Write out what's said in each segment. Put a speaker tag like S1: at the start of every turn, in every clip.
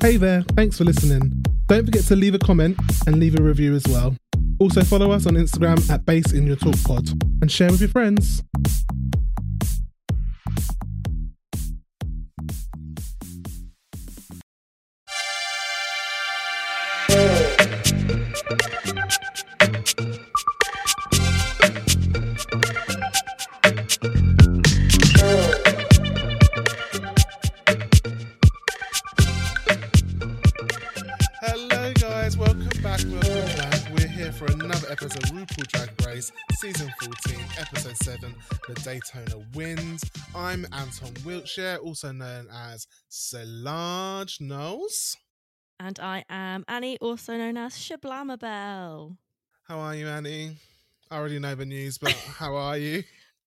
S1: Hey there, thanks for listening. Don't forget to leave a comment and leave a review as well. Also, follow us on Instagram at Base in Your Talk Pod and share with your friends. Hello, guys. Welcome back. Welcome back. We're here for another episode of RuPaul Drag Race, Season 14, Episode 7, The Daytona Wins. I'm Anton Wiltshire, also known as Solange Knowles.
S2: And I am Annie, also known as Shablamabel.
S1: How are you, Annie? I already know the news, but how are you?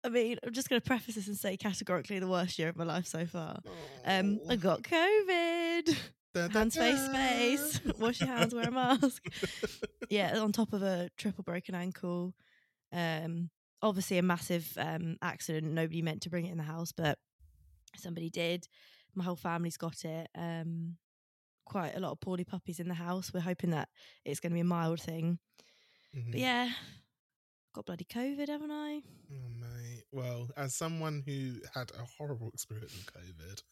S2: I mean, I'm just going to preface this and say categorically the worst year of my life so far. Um,
S1: Oh.
S2: I got COVID.
S1: Da, da,
S2: Hands, face,
S1: da.
S2: face. Wash your hands, wear a mask. Yeah, on top of a triple broken ankle. Um, obviously a massive um accident. Nobody meant to bring it in the house, but somebody did. My whole family's got it. Um, quite a lot of poorly puppies in the house. We're hoping that it's going to be a mild thing. But
S1: Mhm.
S2: yeah, got bloody COVID, haven't I?
S1: Oh, mate. Well, as someone who had a horrible experience with COVID,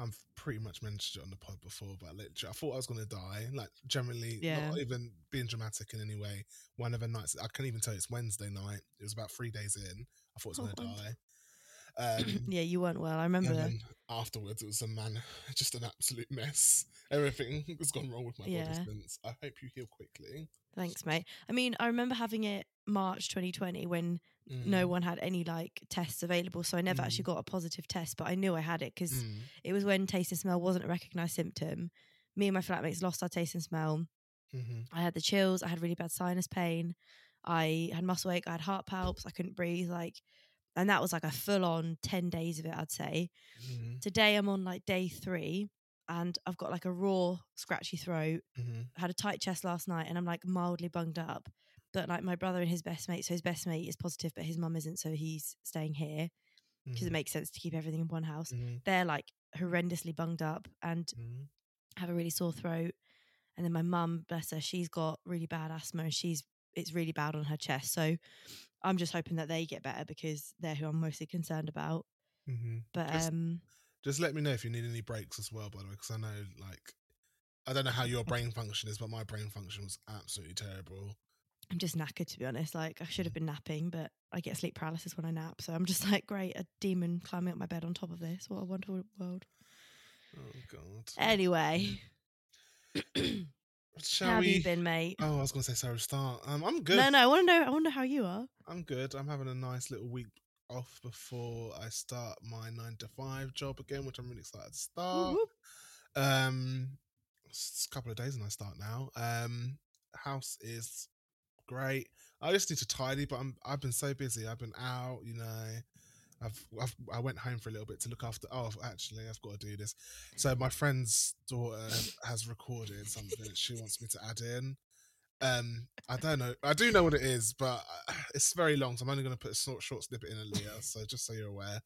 S1: I've pretty much mentioned it on the pod before, but literally, I thought I was going to die. Like, generally,
S2: Yeah.
S1: not even being dramatic in any way. One of the nights, I couldn't even tell you it's Wednesday night. It was about three days in. I thought I was
S2: Oh,
S1: going to
S2: Wednesday.
S1: die. Um,
S2: yeah, you weren't well. I
S1: and
S2: remember. that.
S1: then afterwards, it was a man, just an absolute mess. Everything has gone wrong with my
S2: Yeah.
S1: body since. I hope you heal quickly.
S2: Thanks, mate. I mean, I remember having it March 2020 when no
S1: Mm,
S2: one had any like tests available, so I never
S1: Mm.
S2: actually got a positive test, but I knew I had it because
S1: mm.
S2: it was when taste and smell wasn't a recognised symptom. Me and my flatmates lost our taste and smell.
S1: Mhm.
S2: I had the chills. I had really bad sinus pain. I had muscle ache. I had heart palps. I couldn't breathe. Like, and that was like a full on 10 days of it, I'd say.
S1: Mhm.
S2: today I'm on like day three and I've got like a raw scratchy throat.
S1: Mhm.
S2: Had a tight chest last night and I'm like mildly bunged up. But like my brother and his best mate, so his best mate is positive, but his mum isn't, so he's staying here because it
S1: Mhm.
S2: makes sense to keep everything in one house.
S1: Mhm.
S2: They're like horrendously bunged up and
S1: Mhm.
S2: have a really sore throat. And then my mum, bless her, she's got really bad asthma and she's it's really bad on her chest. So I'm just hoping that they get better because they're who I'm mostly concerned about.
S1: Mhm.
S2: But
S1: Just-
S2: um
S1: Just let me know if you need any breaks as well, by the way, because I know, like, I don't know how your brain function is, but my brain function was absolutely terrible.
S2: I'm just knackered to be honest. Like I should have been napping, but I get sleep paralysis when I nap. So I'm just like, great, a demon climbing up my bed on top of this. What a wonderful world.
S1: Oh God.
S2: Anyway,
S1: Mm. Shall
S2: how have
S1: we?
S2: you been, mate?
S1: Oh, I was gonna say sorry. Start. Um, I'm good.
S2: No, no, I want to know. I wonder how you are.
S1: I'm good. I'm having a nice little week off before I start my nine to five job again, which I'm really excited to start.
S2: Whoop,
S1: Um, it's a couple of days and I start now. Um, house is great. I just need to tidy, but I'm I've been so busy. I've been out, you know. I've, I've I went home for a little bit to look after. Oh, actually, I've got to do this. So my friend's daughter has recorded something that she wants me to add in. Um, I don't know. I do know what it is, but uh, it's very long, so I'm only going to put a short, short snippet in earlier. So just so you're aware.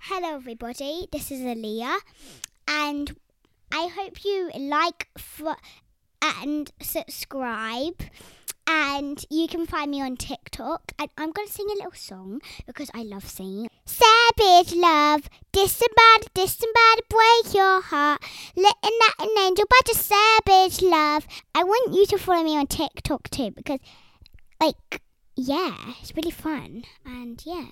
S3: Hello, everybody. This is Aaliyah, and I hope you like fo- and subscribe. And you can find me on TikTok. And I'm going to sing a little song because I love singing. Savage love, distant bad, distant bad, break your heart. Letting that an angel, but just savage love. I want you to follow me on TikTok too because, like, yeah, it's really fun. And yeah.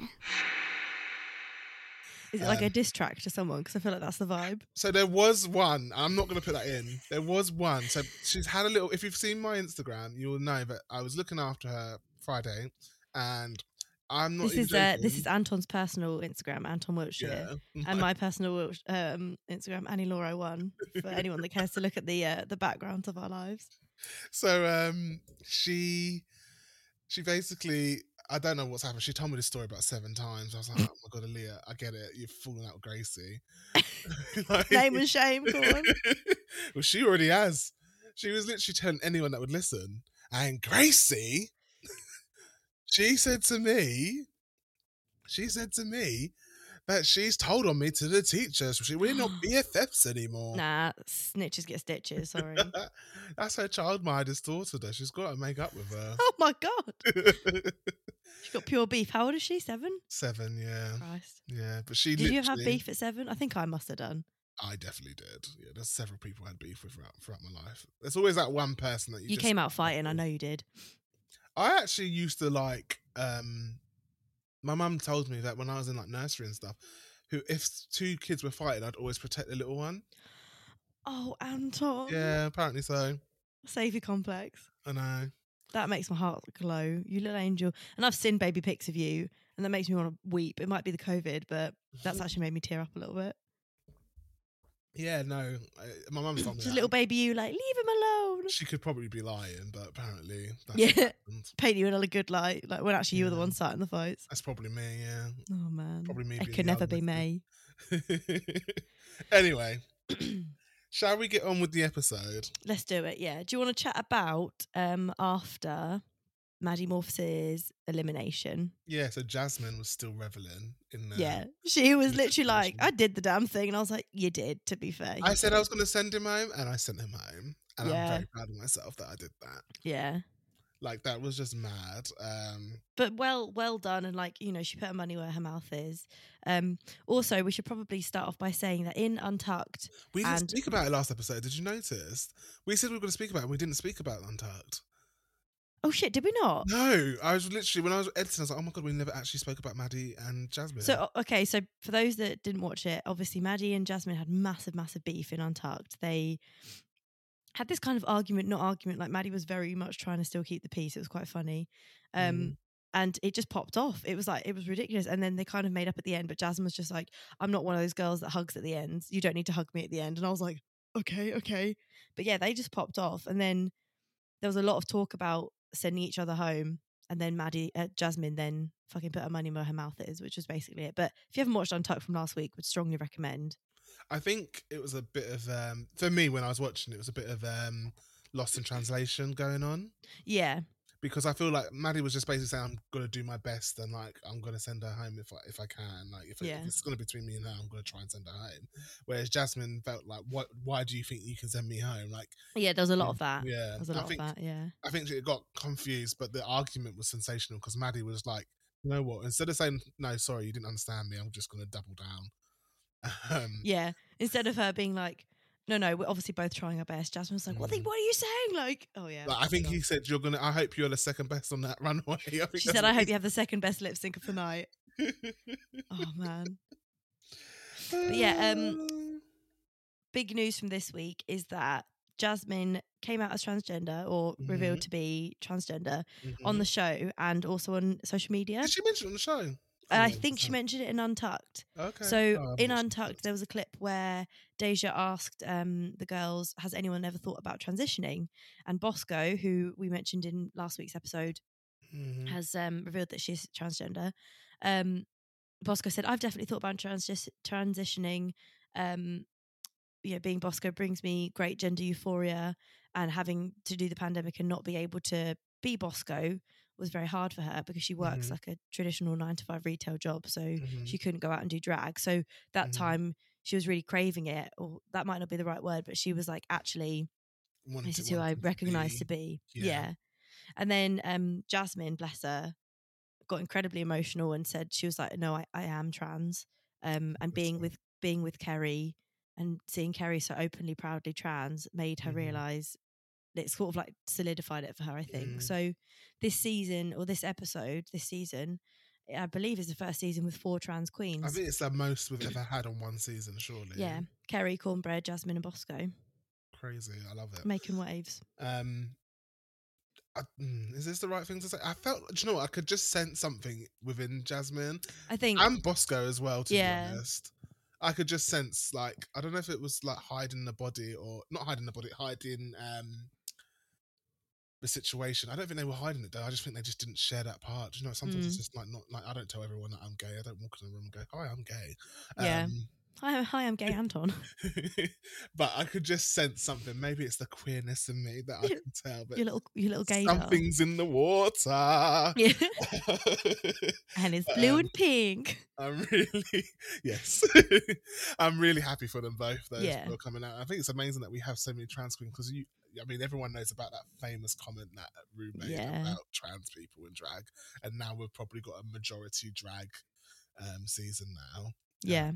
S2: is it like a
S1: Um,
S2: diss track to someone? Because I feel like that's the vibe.
S1: So there was one. I'm not going to put that in. There was one. So she's had a little. If you've seen my Instagram, you will know that I was looking after her Friday, and I'm not.
S2: This
S1: even
S2: is uh, this is
S1: joking.
S2: Anton's personal Instagram, Anton Wiltshire,
S1: yeah.
S2: and my personal Wiltsh- um, Instagram, Annie Laura One. For anyone that cares to look at the uh, the backgrounds of our lives.
S1: So um, she she basically. I don't know what's happened. She told me this story about seven times. I was like, "Oh my god, Aaliyah, I get it. You've fallen out with Gracie." Like-
S2: Name and shame, go on.
S1: well, she already has. She was literally telling anyone that would listen. And Gracie, she said to me, she said to me But she's told on me to the teachers. She, we're not BFFs anymore.
S2: Nah, snitches get stitches. Sorry.
S1: That's her child minder's daughter, though. She's got to make up with her.
S2: oh my god, she got pure beef. How old is she? Seven.
S1: Seven, yeah.
S2: Christ.
S1: Yeah, but she
S2: Did you have
S1: literally-
S2: beef at seven? I think I must have done.
S1: I definitely did. Yeah, there's several people I had beef with throughout, throughout my life. There's always that one person that you,
S2: You
S1: just-
S2: came out fighting. I know you did.
S1: I actually used to like. um My mum told me that when I was in like nursery and stuff, who if two kids were fighting, I'd always protect the little one.
S2: Oh, Anton.
S1: Yeah, apparently so.
S2: Savior complex.
S1: I know.
S2: That makes my heart glow. You little angel. And I've seen baby pics of you, and that makes me want to weep. It might be the COVID, but that's actually made me tear up a little bit.
S1: Yeah, no. I, my mum told me
S2: Just
S1: that.
S2: little baby you, like, leave him alone.
S1: She could probably be lying, but apparently that's what
S2: Yeah.
S1: happened.
S2: Paint you in a good light, like when actually you were the
S1: Yeah.
S2: one starting the fights.
S1: That's probably me. Yeah.
S2: Oh, man.
S1: Probably me
S2: It
S1: being
S2: could
S1: the
S2: never be
S1: youngest.
S2: me.
S1: anyway, shall we get on with the episode?
S2: Let's do it. Yeah. Do you want to chat about um after Maddie Morpheus's elimination?
S1: Yeah, so Jasmine was still reveling in um, the.
S2: Yeah. She was
S1: Yeah,
S2: literally like, I
S1: congratulations.
S2: did the damn thing. And I was like, you did, to be fair.
S1: I
S2: you
S1: said
S2: did."
S1: I was going to send him home, and I sent him home, and
S2: Yeah.
S1: I'm very proud of myself that I did that.
S2: Yeah.
S1: Like that was just mad. Um,
S2: But well, well done. And like, you know, she put her money where her mouth is. Um, also, we should probably start off by saying that in Untucked,
S1: we didn't
S2: And-
S1: speak about it last episode. Did you notice? We said we were going to speak about it, and we didn't speak about Untucked.
S2: oh shit, did we not?
S1: No, I was literally when I was editing, I was like, oh my god, we never actually spoke about Maddie and Jasmine.
S2: So uh, o- okay, so for those that didn't watch it, obviously Maddie and Jasmine had massive, massive beef in Untucked. They had this kind of argument, not argument. Like Maddie was very much trying to still keep the peace. It was quite funny, um,
S1: Mm.
S2: and it just popped off. It was like it was ridiculous. And then they kind of made up at the end. But Jasmine was just like, "I'm not one of those girls that hugs at the end. You don't need to hug me at the end." And I was like, "Okay, okay." But yeah, they just popped off. And then there was a lot of talk about sending each other home and then Maddie uh, Jasmine then fucking put her money where her mouth is, which was basically it. But if you haven't watched Untucked from last week, would strongly recommend.
S1: I think it was a bit of um for me when I was watching, it was a bit of um lost in translation going on
S2: Yeah,
S1: because I feel like Maddie was just basically saying I'm gonna do my best and like I'm gonna send her home if I if I can like if, it-
S2: Yeah.
S1: if it's gonna be between me and her I'm gonna try and send her home. Whereas Jasmine felt like what why do you think you can send me home like
S2: yeah, there was a lot of that.
S1: yeah
S2: There was a
S1: I
S2: lot
S1: think
S2: of that. Yeah,
S1: I think she got confused but the argument was sensational because Maddie was like you know what instead of saying no sorry you didn't understand me I'm just gonna double down. Um,
S2: yeah. Instead of her being like, "No, no, we're obviously both trying our best," Jasmine was like, "What?
S1: Mm.
S2: What are you saying?" Like, oh yeah.
S1: Like, I think
S2: well.
S1: he said you're gonna. I hope you're the second best on that runway. I think
S2: She
S1: that's
S2: said, "I
S1: what
S2: hope you have the second best lip sync of the night." Oh man.
S1: he-
S2: yeah, um, big news from this week is that Jasmine came out as transgender or
S1: Mm-hmm.
S2: revealed to be transgender on
S1: Mhm.
S2: the show and also on social media.
S1: Did she mention it on the show?
S2: And I
S1: Yeah,
S2: think she
S1: so-
S2: mentioned it in Untucked.
S1: Okay.
S2: So
S1: Oh, I
S2: in
S1: haven't watched
S2: Untucked, there was a clip where Deja asked um, the girls, "Has anyone ever thought about transitioning?" And Bosco, who we mentioned in last week's episode,
S1: Mhm.
S2: has um, revealed that she's transgender. Um, Bosco said, "I've definitely thought about transi- transitioning. Um, you know, being Bosco brings me great gender euphoria, and having to do the pandemic and not be able to be Bosco was very hard for her because she works
S1: Mhm.
S2: like a traditional nine to five retail job, so
S1: Mhm.
S2: she couldn't go out and do drag. So that
S1: Mhm.
S2: time." She was really craving it, or that might not be the right word, but she was like, actually,
S1: Wanted
S2: this
S1: to-
S2: is who
S1: wanted
S2: I
S1: to
S2: recognise
S1: be-
S2: to be. Yeah.
S1: Yeah.
S2: And then um, Jasmine, bless her, got incredibly emotional and said she was like, "No, I, I am trans." Um,
S1: Bless
S2: and being
S1: her.
S2: with being with Kerry and seeing Kerry so openly, proudly trans made her
S1: Mhm.
S2: realise it sort of like solidified it for her. I think
S1: Mm.
S2: so. This season or this episode, this season, I believe is the first season with four trans queens.
S1: I think it's the most we've ever had on one season, surely.
S2: yeah, Kerry, Cornbread, Jasmine, and Bosco
S1: Crazy. I love it.
S2: making waves.
S1: Um, I, mm, is this the right thing to say? I felt. Do you know what? I could just sense something within Jasmine.
S2: I think
S1: and Bosco as well. To
S2: Yeah.
S1: be honest, I could just sense like I don't know if it was like hiding the body or not hiding the body, hiding um the situation. I don't think they were hiding it though. I just think they just didn't share that part.
S2: Mm.
S1: You know, sometimes it's just like not like I don't tell everyone that I'm gay. I don't walk in the room and go, "Hi, I'm gay."
S2: Yeah. Hi, hi, I'm gay Anton.
S1: Um, but I could just sense something. Maybe it's the queerness in me that I
S2: You-
S1: can tell. But
S2: Your little, your little gaydar.
S1: something's in the water.
S2: Yeah. and it's blue
S1: Um,
S2: and pink.
S1: I'm really yes. I'm really happy for them both. Those
S2: Yeah.
S1: people coming out. I think it's amazing that we have so many trans queens because you. I mean, everyone knows about that famous comment that Rue made
S2: Yeah.
S1: about trans people and drag, and now we've probably got a majority drag um season now.
S2: Yeah,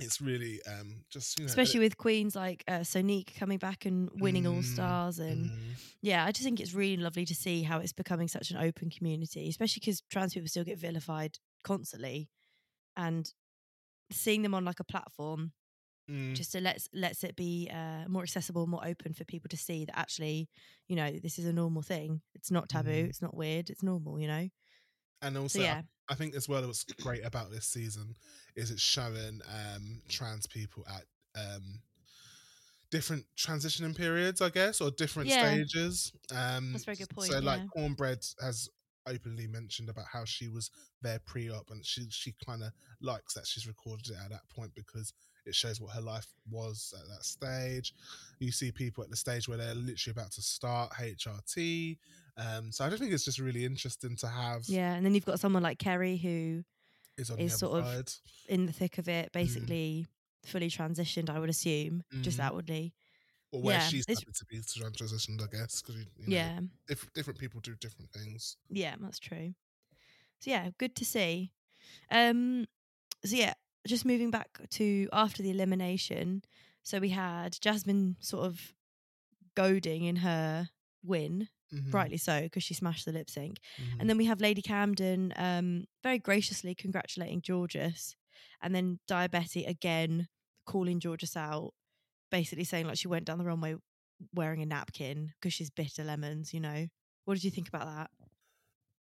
S1: It's really um just you know,
S2: especially with queens like uh, Sonique coming back and winning All
S1: Mm,
S2: Stars, and
S1: Mhm.
S2: yeah, I just think it's really lovely to see how it's becoming such an open community, especially because trans people still get vilified constantly, and seeing them on like a platform
S1: Mm.
S2: just to let's lets it be uh, more accessible, more open for people to see that actually, you know, this is a normal thing. It's not taboo.
S1: Mhm.
S2: It's not weird. It's normal. You know.
S1: and also
S2: So
S1: I
S2: yeah,
S1: I think as well what's great about this season is it's showing um trans people at um different transitioning periods, I guess, or different
S2: Yeah.
S1: stages. Um
S2: That's a very good point,
S1: So like
S2: yeah.
S1: Cornbread has openly mentioned about how she was there pre op and she she kinda likes that she's recorded it at that point because it shows what her life was at that stage. You see people at the stage where they're literally about to start HRT. Um, so I just think it's just really interesting to have
S2: yeah, and then you've got someone like Kerry who
S1: is on
S2: is
S1: the
S2: sort
S1: other
S2: of-
S1: side.
S2: in the thick of it, basically fully transitioned, I would assume, just
S1: Mhm.
S2: outwardly.
S1: or where
S2: yeah,
S1: she's
S2: it's-
S1: happy to be trans- transitioned, I guess, because you, you know,
S2: Yeah.
S1: diff- different people do different things.
S2: Yeah, that's true. So yeah, good to see. Um so yeah, just moving back to after the elimination. So we had Jasmine sort of goading in her win,
S1: Mm-hmm, Mm.
S2: rightly so, because she smashed the lip sync. And then we have Lady Camden um, very graciously congratulating Georges. And then Diabetti again calling Georges out, basically saying like she went down the runway wearing a napkin because she's bitter lemons, you know. What did you think about that?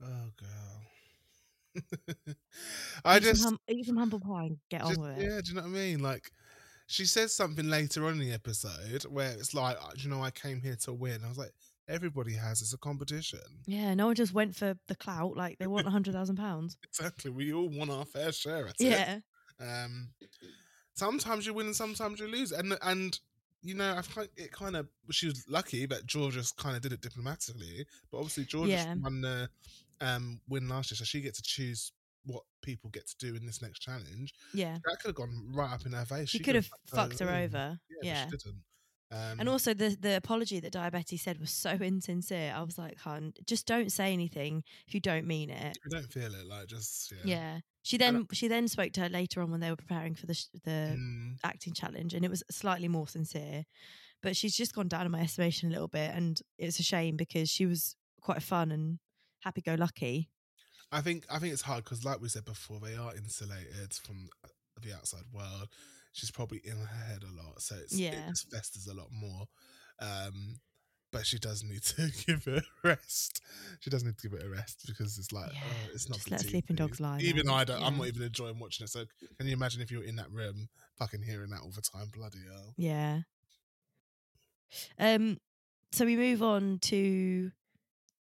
S1: oh girl, I
S2: eat
S1: just,
S2: some hum- eat some humble pie and get
S1: just-
S2: on with it.
S1: yeah, do you know what I mean? Like, she says something later on in the episode where it's like, "Uh, you know, I came here to win. I was like, everybody has. It's a competition.
S2: Yeah, no one just went for the clout. Like they want a hundred thousand pounds.
S1: Exactly. We all want our fair share. At It.
S2: Yeah,
S1: Um, sometimes you win and sometimes you lose, and and you know I find it kind of she was lucky that Georgia kind of did it diplomatically, but obviously Georgia
S2: Yeah.
S1: won the um win last year, so she gets to choose what people get to do in this next challenge.
S2: yeah.
S1: That could have gone right up in her face.
S2: She could have
S1: totally
S2: fucked her
S1: won.
S2: over.
S1: but
S2: Yeah.
S1: she didn't. Um,
S2: And also the the apology that Diabetti said was so insincere. I was like, hun, just don't say anything if you don't mean it.
S1: I don't feel it like just
S2: Yeah.
S1: yeah.
S2: She then she then spoke to her later on when they were preparing for the sh- the
S1: Mm,
S2: acting challenge, and it was slightly more sincere. But she's just gone down in my estimation a little bit, and it's a shame because she was quite fun and happy go lucky.
S1: I think I think it's hard because, like we said before, they are insulated from the outside world. She's probably in her head a lot, so it's,
S2: Yeah.
S1: it just festers a lot more. Um, but she does need to give it a rest. She does need to give it a rest because it's like
S2: Yeah,
S1: oh, it's not
S2: just
S1: for
S2: let
S1: tea,
S2: sleeping dogs
S1: please.
S2: lie
S1: Even
S2: now,
S1: I don't. I'm
S2: yeah.
S1: not even enjoying watching it. So can you imagine if you were in that room, fucking hearing that all the time? Bloody hell!
S2: Yeah. Um so we move on to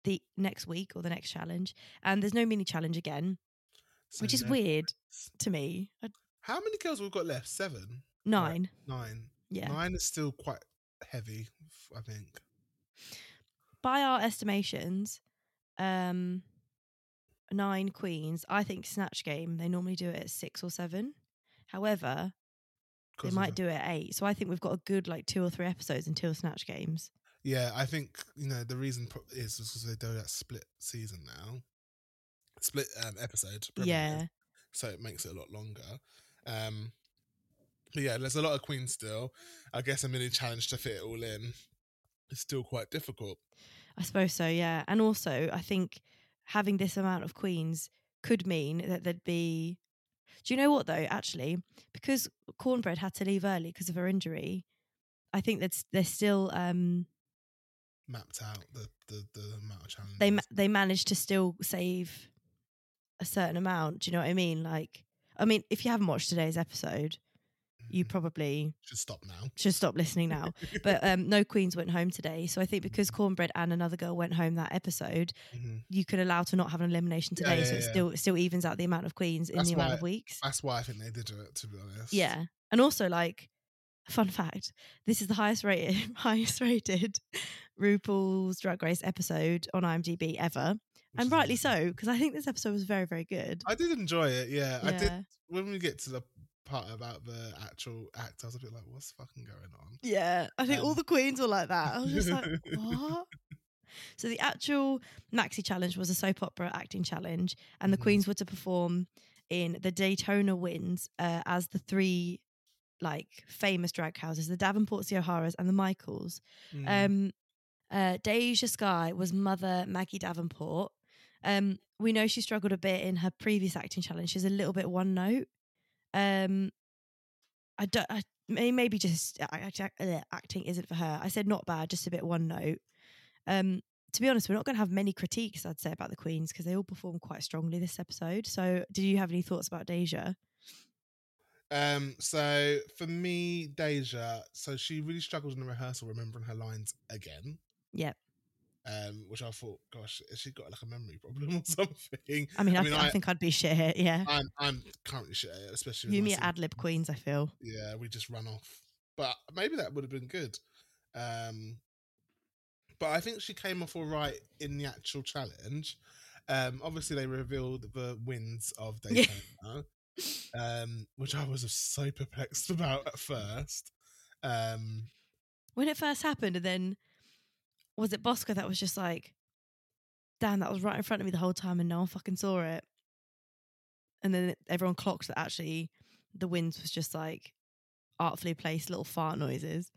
S2: the next week or the next challenge and there's no mini challenge again,
S1: So
S2: which is
S1: no-
S2: weird to me. Uh,
S1: How many girls we've got left? Seven,
S2: 9.
S1: nine.
S2: Yeah.
S1: Nine is still quite heavy, I think.
S2: By our estimations, um 9 queens. I think Snatch Game they normally do it at 6 or 7. However,
S1: 'cause
S2: they
S1: of
S2: might
S1: the-
S2: do it at 8. So I think we've got a good like 2 or 3 episodes until Snatch Games.
S1: Yeah, I think you know the reason pro- is because they do that split season now, split um, episode. premiere,
S2: Yeah.
S1: So it makes it a lot longer. Um, but yeah, there's a lot of queens still. I guess a mini challenge to fit it all in is still quite difficult.
S2: I suppose so, yeah. And also, I think having this amount of queens could mean that there'd be. Do you know what though? Actually, because Cornbread had to leave early because of her injury, I think that's they're still um,
S1: Mapped out the the, the amount of challenges.
S2: they ma- they managed to still save a certain amount. Do you know what I mean? Like, I mean, if you haven't watched today's episode, you probably
S1: Mm-hmm. should stop now.
S2: should stop listening now. but um, no queens went home today, so I think because Cornbread and another girl went home that episode,
S1: Mhm.
S2: you could allow to not have an elimination
S1: Yeah,
S2: today,
S1: yeah,
S2: so it
S1: yeah.
S2: still it still evens out the amount of queens in
S1: That's
S2: the amount
S1: why-
S2: of weeks.
S1: That's why I think they did it. To be honest.
S2: Yeah, and also like fun fact, this is the highest rated highest rated RuPaul's Drag Race episode on IMDb ever,
S1: Which
S2: and
S1: is
S2: rightly
S1: amazing.
S2: so because I think this episode was very very good.
S1: I did enjoy it. Yeah, I did.
S2: Yeah.
S1: When we get to the part about the actual act, I was a bit like, "What's fucking going on?"
S2: Yeah, I think all
S1: Um,
S2: the queens were like that. I was just like, what? So the actual maxi challenge was a soap opera acting challenge, and the
S1: Mhm.
S2: queens were to perform in the Daytona Winds uh, as the three like famous drag houses, the Davenports, the O'Haras, and the Michaels.
S1: Mm.
S2: Um, uh, Deja Sky was mother Maggie Davenport. Um, we know she struggled a bit in her previous acting challenge. She's a little bit one note. Um, I don't. I, may- maybe just a- act- uh, acting isn't for her. I said not bad, just a bit one note. Um, to be honest, we're not going to have many critiques. I'd say about the queens because they all performed quite strongly this episode. So, did you have any thoughts about Deja?
S1: Um, so for me, Deja, so she really struggled in the rehearsal remembering her lines again.
S2: Yep.
S1: Um, which I thought, gosh, has she got like a memory problem or something?
S2: I mean, I,
S1: I mean,
S2: thi- I
S1: I-
S2: think I'd be shit. Yeah,
S1: I'm I'm currently shit at it, especially with
S2: you and
S1: my
S2: me
S1: sing-
S2: ad lib queens. I feel.
S1: Yeah, we just run off. But maybe that would have been good. Um but I think she came off all right in the actual challenge. Um obviously they revealed the wins of
S2: Yeah.
S1: Daytona. um which I was so perplexed about at first. Um
S2: when it first happened, and then was it Bosco that was just like, "Damn, that was right in front of me the whole time, and no one fucking saw it." And then everyone clocked that actually the winds was just like artfully placed little fart noises.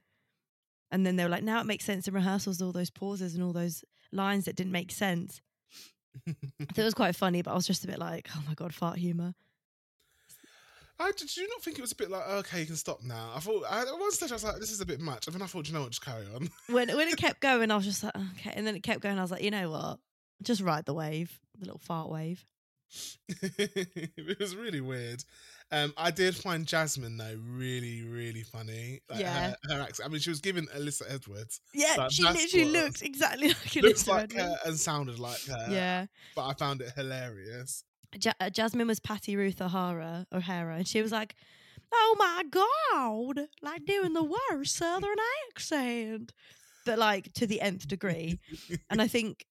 S2: And then they were like, "Now it makes sense in rehearsals, all those pauses and all those lines that didn't make sense." I thought it was quite funny, but I was just a bit like, "Oh my god, fart humor."
S1: I did you not think it was a bit like okay, you can stop now. I thought I, at one stage I was like, this is a bit much, and then I thought, "Do you know what, just carry on.
S2: When when it kept going, I was just like, "Okay," and then it kept going. I was like, "You know what? Just ride the wave, the little fart wave."
S1: it was really weird. Um, I did find Jasmine though really, really funny. Like,
S2: Yeah.
S1: her, her accent. I mean, she was giving Alyssa Edwards.
S2: Yeah,
S1: Like,
S2: she
S1: that's
S2: literally
S1: what-
S2: looks exactly like a
S1: Looks
S2: Lisa
S1: like uh, her
S2: Edwards.
S1: and sounded like her.
S2: Yeah,
S1: But I found it hilarious.
S2: ja- uh, Jasmine was Patty Ruth O'Hara, O'Hara, and she was like, "Oh my god, like doing the worst Southern accent," but like to the nth degree. and I think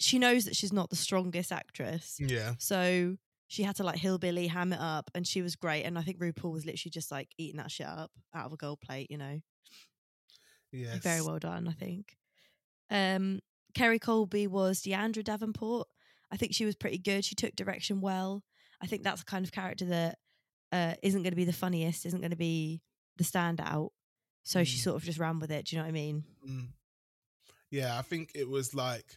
S2: she knows that she's not the strongest actress,
S1: Yeah.
S2: so she had to like hillbilly ham it up, and she was great. And I think RuPaul was literally just like eating that shit up out of a gold plate, you know.
S1: Yes.
S2: Very well done, I think. Um, Kerry Colby was Deandra Davenport. I think she was pretty good. She took direction well. I think that's the kind of character that uh, isn't going to be the funniest, isn't going to be the standout. So she
S1: Mm.
S2: sort of just ran with it. Do you know what I mean?
S1: Mm. Yeah, I think it was like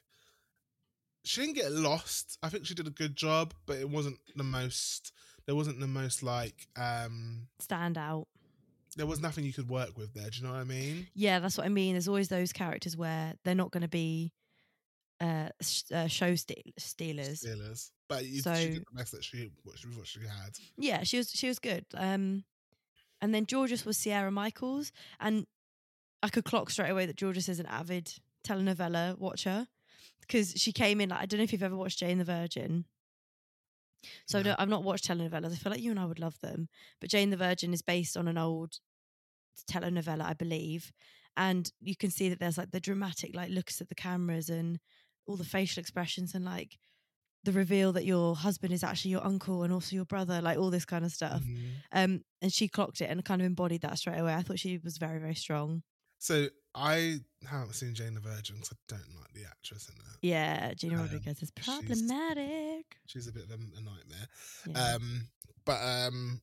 S1: she didn't get lost. I think she did a good job, but it wasn't the most. There wasn't the most like. um
S2: Standout.
S1: There was nothing you could work with there. Do you know what I mean?
S2: Yeah, that's what I mean. There's always those characters where they're not going to be uh, sh- uh, show steal- stealers.
S1: Steelers. But you, she
S2: So-
S1: did the best that she what she, what she had.
S2: Yeah, she was she was good. Um, and then Georges was Sierra Michaels, and I could clock straight away that Georges is an avid telenovela watcher because she came in. Like, I don't know if you've ever watched Jane the Virgin. So I
S1: No.
S2: don't, I've not watched telenovelas. I feel like you and I would love them, but Jane the Virgin is based on an old telenovela, I believe, and you can see that there's like the dramatic like looks at the cameras and all the facial expressions and like the reveal that your husband is actually your uncle and also your brother, like all this kind of stuff.
S1: Mhm.
S2: Um, and she clocked it and kind of embodied that straight away. I thought she was very, very strong.
S1: So I haven't seen Jane the Virgin because I don't like the actress in it.
S2: Yeah, Gina
S1: Um,
S2: Rodriguez is
S1: she's-
S2: problematic.
S1: She's a bit of a, a nightmare.
S2: Yeah.
S1: Um, but um,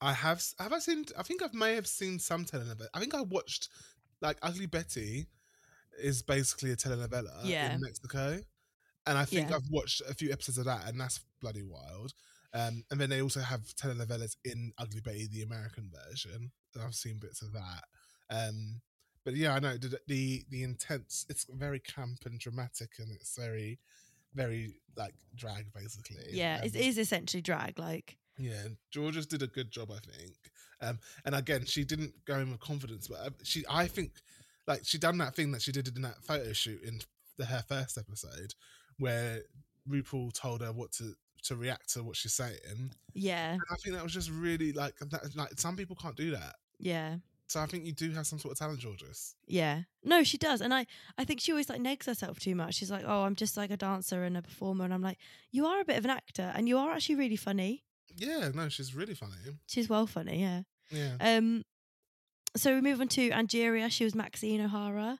S1: I have s- have I seen? I think I may have seen some telenovela. I think I watched like Ugly Betty is basically a telenovela
S2: Yeah.
S1: in Mexico, and I think
S2: Yeah.
S1: I've watched a few episodes of that, and that's bloody wild. Um, and then they also have telenovelas in Ugly Betty, the American version. And I've seen bits of that. Um, but yeah, I know the, the the intense. It's very camp and dramatic, and it's very, very like drag basically.
S2: yeah, it
S1: Um,
S2: is essentially drag. Like
S1: Yeah, Georgia's did a good job, I think. Um, and again, she didn't go in with confidence, but uh, she, I think, like she done that thing that she did in that photo shoot in the, her first episode, where RuPaul told her what to to react to what she's saying. And
S2: Yeah,
S1: I think that was just really like that. Like some people can't do that,
S2: yeah,
S1: so I think you do have some sort of talent, Georges.
S2: yeah. No, she does, and I, I think she always like negs herself too much. She's like, "Oh, I'm just like a dancer and a performer," and I'm like, "You are a bit of an actor, and you are actually really funny.
S1: Yeah, no, she's really funny.
S2: She's well funny, yeah."
S1: Yeah,
S2: Um, so we move on to Angeria. She was Maxine O'Hara.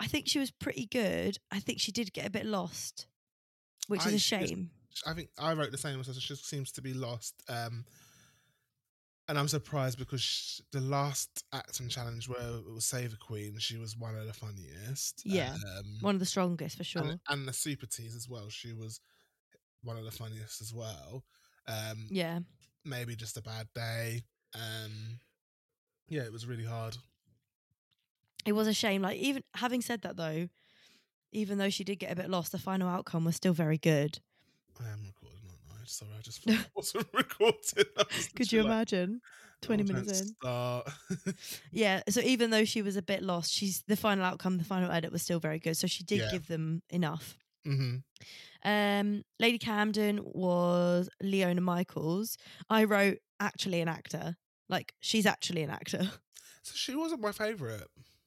S2: I think she was pretty good. I think she did get a bit lost, which
S1: I-
S2: is a
S1: she was- Mm.
S2: shame.
S1: I think I wrote the same. So she seems to be lost. Um, and I'm surprised because sh the last acting challenge where it was Save a Queen, she was one of the funniest.
S2: Yeah.
S1: um,
S2: One of the strongest for sure.
S1: and, and the Super Teas as well. She was one of the funniest as well. Um,
S2: yeah,
S1: maybe just a bad day. Um, yeah, it was really hard.
S2: it was a shame. Like even having said that though, even though she did get a bit lost, the final outcome was still very good.
S1: I am recording, aren't I? Sorry, I just thought I wasn't recording. I was
S2: Could
S1: literally
S2: you
S1: like,
S2: imagine? Twenty
S1: "Oh, don't
S2: minutes in.
S1: Start.
S2: Yeah. So even though she was a bit lost, she's the final outcome, the final edit was still very good. So she did
S1: Yeah.
S2: give them enough.
S1: hmm
S2: Um, Lady Camden was Leona Michaels. I wrote actually an actor. Like she's actually an actor.
S1: So she wasn't my favourite.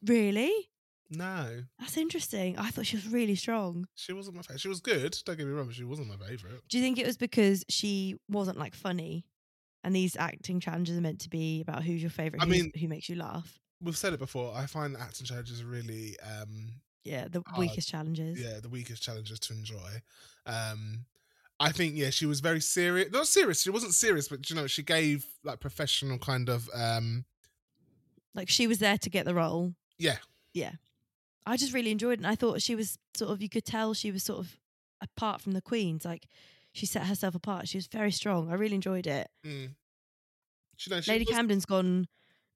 S2: Really?
S1: No,
S2: That's interesting. I thought she was really strong.
S1: she wasn't my favourite. She was good. Don't get me wrong, but she wasn't my favourite.
S2: Do you think it was because she wasn't like funny? And these acting challenges are meant to be about who's your favorite,
S1: I
S2: who's,
S1: mean-
S2: who makes you laugh.
S1: We've said it before. I find acting challenges really um,
S2: Yeah, the
S1: Hard.
S2: weakest challenges.
S1: yeah the weakest challenges to enjoy um i think yeah she was very serious not serious she wasn't serious but you know she gave like professional kind of um
S2: Like she was there to get the role.
S1: Yeah.
S2: Yeah. I just really enjoyed it. And I thought she was sort of, you could tell she was sort of apart from the queens. Like she set herself apart. She was very strong. I really enjoyed it.
S1: mm, she, no, she
S2: Lady
S1: was-
S2: Camden's gone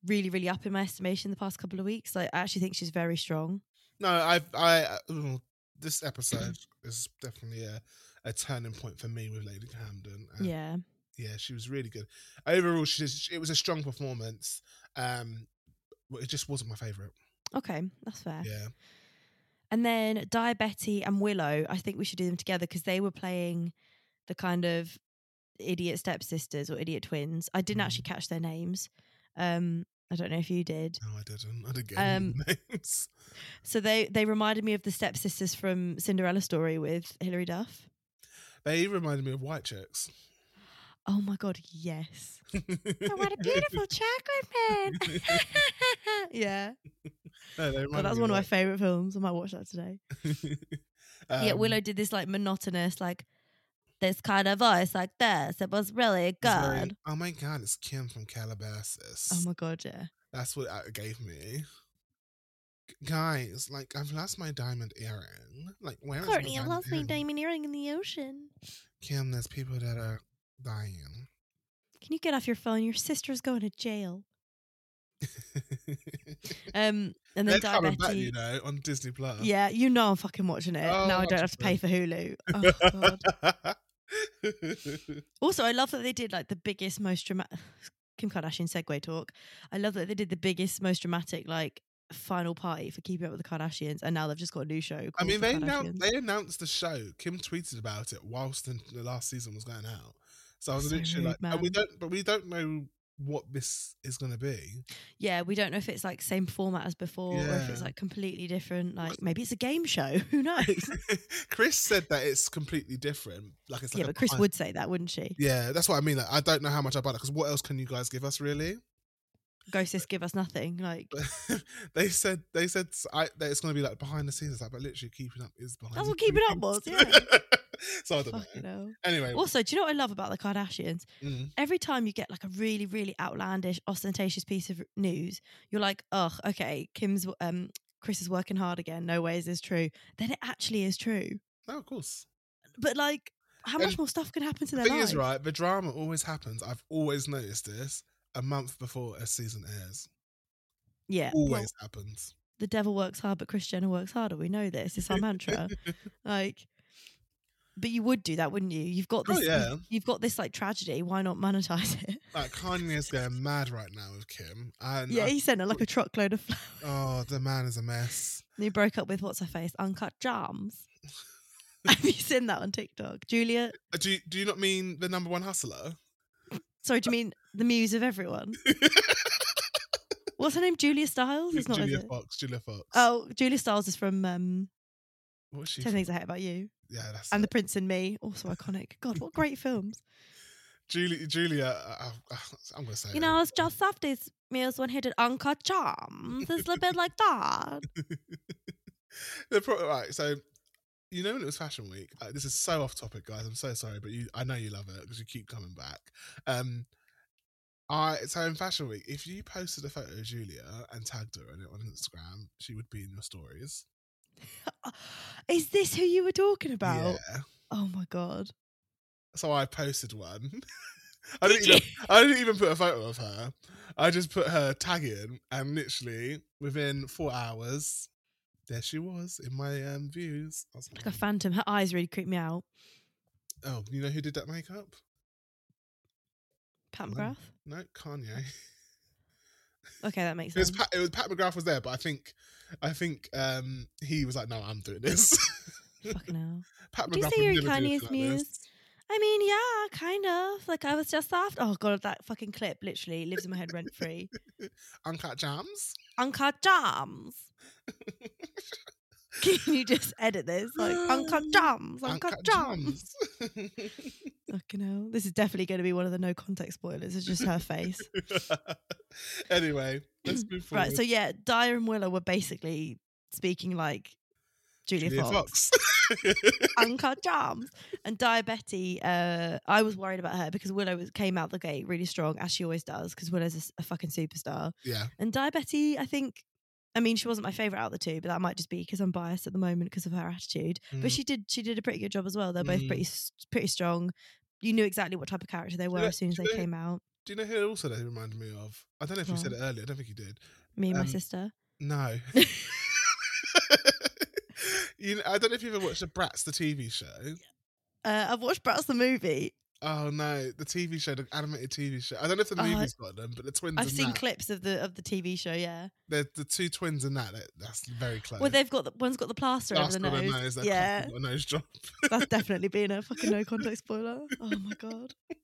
S2: really, really up in my estimation the past couple of weeks. Like I actually think she's very strong.
S1: no i i uh, ooh, this episode is definitely a, a turning point for me with lady camden and
S2: yeah.
S1: yeah she was really good overall she just, it was a strong performance um but it just wasn't my favorite
S2: Okay, that's fair.
S1: yeah
S2: And then Di Betty and Willow, I think we should do them together because they were playing the kind of idiot stepsisters or idiot twins. I didn't actually
S1: Mm-hmm.
S2: catch their names. Um, I don't know if you did.
S1: no i didn't i didn't get any
S2: Um,
S1: names
S2: So they they reminded me of the stepsisters from Cinderella story with Hilary Duff.
S1: they reminded me of white chicks
S2: Oh my god, yes.
S1: oh,
S2: chocolate man. yeah.
S1: No, they
S2: God,
S1: reminded
S2: that's
S1: me
S2: Oh, one of my
S1: lot.
S2: favourite films. I might watch that today. yeah,
S1: Um,
S2: Willow did this like monotonous, like this kind of voice, like this. It was really
S1: it's very-
S2: good.
S1: oh my god, it's Kim from Calabasas.
S2: Oh my god, yeah.
S1: That's what it gave me. G- Guys, like I've lost my diamond earring. Like where is
S2: Courtney,
S1: my
S2: I've
S1: diamond
S2: lost my
S1: earring?
S2: diamond earring in the ocean.
S1: Kim, there's people that are dying.
S2: Can you get off your phone? Your sister's going to jail. Um, and
S1: They're
S2: then
S1: coming
S2: diabetes.
S1: back, you know, on Disney Plus.
S2: Yeah, you know I'm fucking watching it.
S1: Oh,
S2: now I
S1: that's
S2: don't have to
S1: great.
S2: pay for Hulu. Oh, God.
S1: yeah,
S2: Also, I love that they did like the biggest, most dramatic Kim Kardashian segue talk. I love that they did the biggest, most dramatic like final party for Keeping Up with the Kardashians, and now they've just got a new show. Called
S1: I mean,
S2: The
S1: they announced,
S2: Kardashians.
S1: they announced the show. Kim tweeted about it whilst the, the last season was going out. So I was
S2: So
S1: literally like,
S2: rude,
S1: and we
S2: man.
S1: don't, but we don't know what this is going to be.
S2: yeah, we don't know if it's like same format as before, or if it's
S1: Yeah.
S2: like completely different. Like maybe it's a game show. Who knows?
S1: Chris said that it's completely different. Like it's like
S2: yeah,
S1: a
S2: but Chris
S1: pun-
S2: would say that, wouldn't she?
S1: Yeah, that's what I mean. Like, I don't know how much about it because what else can you guys give us really?
S2: Ghosts give us nothing. Like
S1: But they said they said s- I, that it's going to be like behind the scenes, like, but literally keeping up is behind.
S2: That's
S1: the
S2: what Keeping Up
S1: scenes.
S2: was, yeah.
S1: so I don't know.
S2: fucking hell.
S1: Anyway,
S2: Also, do you know what I love about the Kardashians?
S1: mm,
S2: Every time you get like a really, really outlandish, ostentatious piece of news, you're like, "Oh, okay, Kim's um Chris is working hard again. No way is this true." Then it actually is true.
S1: no, of course.
S2: But like, how
S1: And
S2: much more stuff can happen
S1: The
S2: to their
S1: thing
S2: lives?
S1: is, right, the drama always happens. I've always noticed this a month before a season airs.
S2: Yeah, well,
S1: Always happens.
S2: the devil works hard, but Chris Jenner works harder. We know this. It's our mantra. Like, but you would do that, wouldn't you? You've got
S1: Oh,
S2: this.
S1: yeah.
S2: You've got this like tragedy. Why not monetize it?
S1: Like Kanye's going mad right now with Kim, and
S2: yeah,
S1: I-
S2: he sent her like a truckload of flowers.
S1: oh, the man is a mess.
S2: And he broke up with what's her face, Uncut Jams. Have you seen that on TikTok, Julia?
S1: Uh, Do you, do you not mean the number one hustler?
S2: Sorry,
S1: Uh,
S2: do you mean the muse of everyone? What's her name? Julia Stiles? It's not,
S1: Julia
S2: is it?
S1: Fox. Julia Fox.
S2: Oh, Julia Stiles is from um,
S1: what's she?
S2: Ten
S1: from?
S2: Things I Hate About You
S1: Yeah, that's
S2: and
S1: it.
S2: The Prince and Me, also iconic. God, what great films!
S1: Julia. Julia. I, I, I'm gonna say.
S2: You
S1: it.
S2: know, it's just Softies meals one headed uncut charms. It's a little bit like that.
S1: the pro- right. So you know when it was Fashion Week. Uh, this is so off topic, guys. I'm so sorry, but you, I know you love it because you keep coming back. Um, I so in Fashion Week, if you posted a photo of Julia and tagged her in it on Instagram, she would be in your stories.
S2: Is this who you were talking about?
S1: Yeah.
S2: Oh my god!
S1: So I posted one. I didn't
S2: Did
S1: even, I didn't even put a photo of her. I just put her tag in, and literally within four hours, there she was in my um, views. I was
S2: Like a
S1: like,
S2: phantom. Her eyes really creep me out.
S1: oh, you know who did that makeup?
S2: Pat
S1: Blimey.
S2: McGrath.
S1: No, Kanye.
S2: Okay, that makes
S1: It was
S2: sense.
S1: Pat, it was Pat McGrath was there, but I think I think um, he was like, no, I'm doing this.
S2: Fucking hell.
S1: Pat
S2: Do you
S1: McGrath
S2: see
S1: would
S2: you're
S1: never do anything
S2: Kanye's
S1: like
S2: muse?
S1: this.
S2: I mean, yeah, kind of. Like I was just after. Oh god, that fucking clip literally lives in my head rent free.
S1: Uncut jams.
S2: Uncut jams. Can you just edit this? Like uncut jams, Um, uncut, jams.
S1: jams.
S2: Fucking hell. This is definitely going to be one of the no context spoilers. It's just her face.
S1: anyway, let's move forward.
S2: right. So yeah, Dyer and Willow were basically speaking like Julia,
S1: Julia
S2: Fox.
S1: Fox.
S2: uncut jams and diabetti uh i was worried about her because willow was, came out the gate really strong as she always does because willow's a s- a, fucking superstar
S1: yeah,
S2: and diabetti i think i mean she wasn't my favorite out of the two but that might just be because i'm biased at the moment because of her attitude but
S1: Mm.
S2: she did she did a pretty good job as well they're both
S1: Mm.
S2: pretty s- pretty strong you knew exactly what type of character they were
S1: know-
S2: as soon as
S1: do
S2: they
S1: you know-
S2: came out
S1: Do you know who also that reminded me of? I don't know if you said
S2: Go
S1: it earlier. I don't think you did.
S2: me and
S1: um,
S2: my sister
S1: No. you know, I don't know if you ever watched the Bratz, the TV show.
S2: uh, i've watched bratz the movie
S1: Oh no, the TV show, the animated TV show. I don't know if the
S2: Oh, I-
S1: movie's got them, but the twins.
S2: i've
S1: in
S2: seen
S1: that,
S2: clips of the of the tv show yeah
S1: They're the two twins in that. that- That's very close.
S2: well they've got the, one's got the plaster,
S1: Last
S2: over
S1: on
S2: the
S1: her
S2: nose,
S1: nose, they've
S2: yeah
S1: got a nose job.
S2: That's definitely been a fucking no contact spoiler. Oh my god.